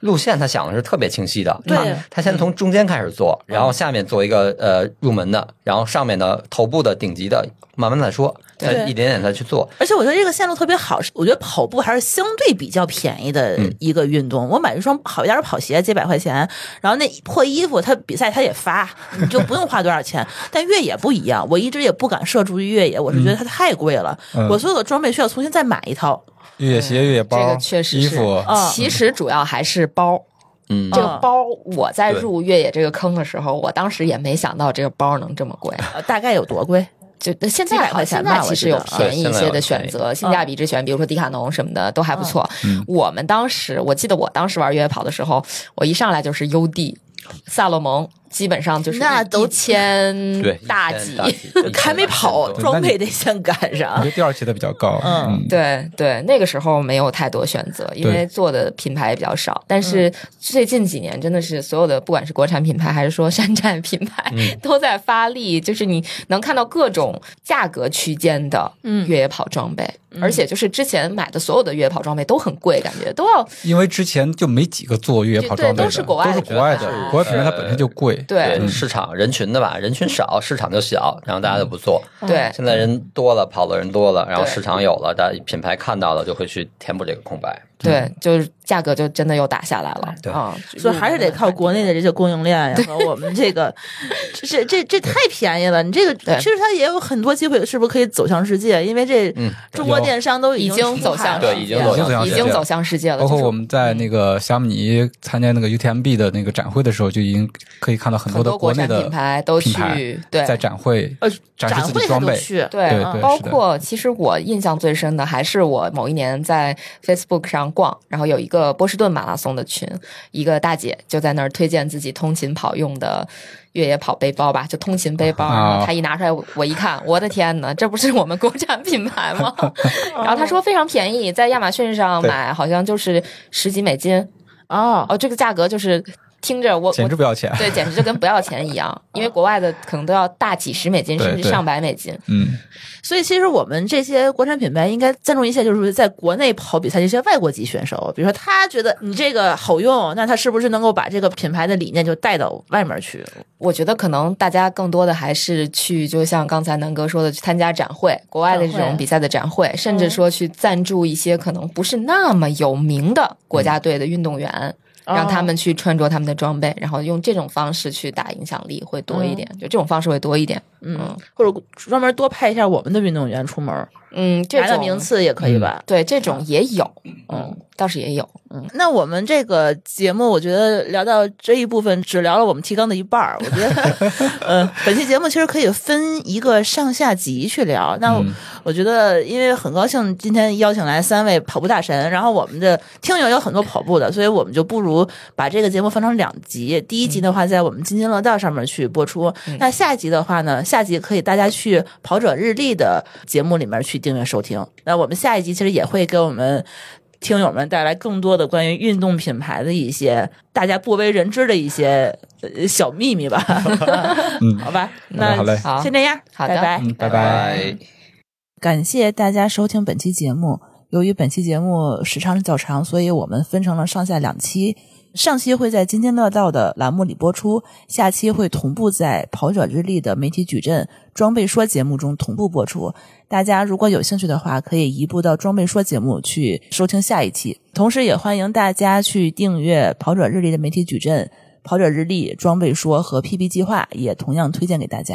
路线，他想的是特别清晰的。
[LAUGHS] 对嗯
他他先从中间开始做，然后下面做一个呃入门的，然后上面的头部的顶级的，慢慢再说，再
对
一点点再去做。
而且我觉得这个线路特别好，是我觉得跑步还是相对比较便宜的
嗯
一个运动。我买一双好一点的跑鞋，几百块钱，然后那破衣服，它比赛它也发，你就不用花多少钱。
[LAUGHS]
但越野不一样，我一直也不敢涉足于越野，我是觉得它太贵了，
嗯
我所有的装备需要重新再买一套。
越野鞋、越野包，
这个确实
衣
是哦
服，
啊
其实主要还是包。
嗯
这个
嗯
包，我在
对
入越野这个坑的时候，我当时也没想到这个包能这么贵。
呃大概有多贵？
就现
几
在
百
好，
块
现
钱
在
吧
其
我
实
记
有
得
便宜一嗯些的选择，性价比之选，比如说迪卡侬什么的都还不错。我们当时，我记得我当时玩越野跑的时候，我一上来就是优地，萨洛蒙基本上就是
那
一
都
一千
对，
大
一千
几
大，
[LAUGHS]
几，
还没跑，
一千大几
装备得先赶
我觉
上。
得第二期的比较高。
嗯
嗯，
对对，那个时候没有太多选择，因为
对
做的品牌也比较少。但
嗯
是最近几年，真的是所有的，不管是国产品牌还是说山寨品牌，
嗯
都在发力，就是你能看到各种价格区间的
嗯
越野跑装备，而且就是之前买的所有的越野跑装备都很贵，感觉都要
因为之前就没几个做越野跑
对
装备的，
都是国外的
都是国外
品牌
的，国外品牌它本身就贵。
对
对市场人群的吧，人群少，市场就小，然后大家就不做。
哎
对
现在人多了，跑的人多了，然后
对
市场有了，大家品牌看到了，就会去填补这个空白。
对，就是价格就真的又打下来了。
对
啊，
所以还是得靠国内的这些供应链呀，和我们这
[LAUGHS]
个，这这这太便宜了。你这个
对
其实它也有很多机会，是不是可以走向世界？因为这
嗯
中国电商都
已经
经
走向
对
世
已
界
经走
了
向
已
世
经
界
走向世界了，
包括
就是嗯
我们在那个小米尼参加那个 UTMB 的那个展会的时候，就已经可以看到很
很
的
多国
内
产
的
品牌都
品牌
去对
在展会
呃
展示
展
自
会他
己装
都
备。
去，
对，
对
嗯
对
包
是的
括其实我印象最深的还是我某一年在 Facebook 上逛，然后有一个波士顿马拉松的群，一个大姐就在那儿推荐自己通勤跑用的越野跑背包吧，就通勤背包。
啊
然后她一拿出来，我我一看，我的天呐，这不是我们国产品牌吗？ [LAUGHS] 然后她说非常便宜，在亚马逊上买好像就是十几美金，
哦，
哦，这个价格就是听着我
简
我
直不要钱。
对，简直就跟不要钱一样，因为国外的可能都要大几十美金，
对
甚至
对
上百美金。
嗯，
所以其实我们这些国产品牌应该赞助一些，就是在国内跑比赛这些外国籍选手，比如说他觉得你这个好用，那他是不是能够把这个品牌的理念就带到外面去？
我觉得可能大家更多的还是去，就像刚才南哥说的，去参加展会，国外的这
展
种
会嗯
比赛的展会，甚至说去赞助一些可能不是那么有名的国
嗯
家队的运动员，让
哦
他们去穿着他们的装备，然后用这种方式去打影响力会多一点，就这种方式会多一点。
嗯，或者专门多派一下我们的运动员出门，
嗯，这
拿到
种
名，次也可以吧？
对这种也有，嗯，倒是也有。
嗯，那我们这个节目，我觉得聊到这一部分，只聊了我们提纲的一半儿。我觉得， [LAUGHS] 呃，本期节目其实可以分一个上下集去聊。那我,、觉得，因为很高兴今天邀请来三位跑步大神，然后我们的听友有很多跑步的，所以我们就不如把这个节目分成两集。第一集的话，在我们津津乐道上面去播出。那下集的话呢，下集可以大家去跑者日历的节目里面去订阅收听。那我们下一集其实也会给我们。听友们带来更多的关于运动品牌的一些大家不为人知的一些呃小秘密吧。 [LAUGHS]
嗯
好吧，
好嘞
那
好
先这样，
好的
拜拜。
嗯，拜拜。
拜。
感谢大家收听本期节目。由于本期节目时长较长，所以我们分成了上下两期。上期会在津津乐道的栏目里播出，下期会同步在跑者日历的媒体矩阵“装备说”节目中同步播出。大家如果有兴趣的话，可以移步到“装备说”节目去收听下一期。同时，也欢迎大家去订阅跑者日历的媒体矩阵“跑者日历”“装备说”和 “PB 计划”，也同样推荐给大家。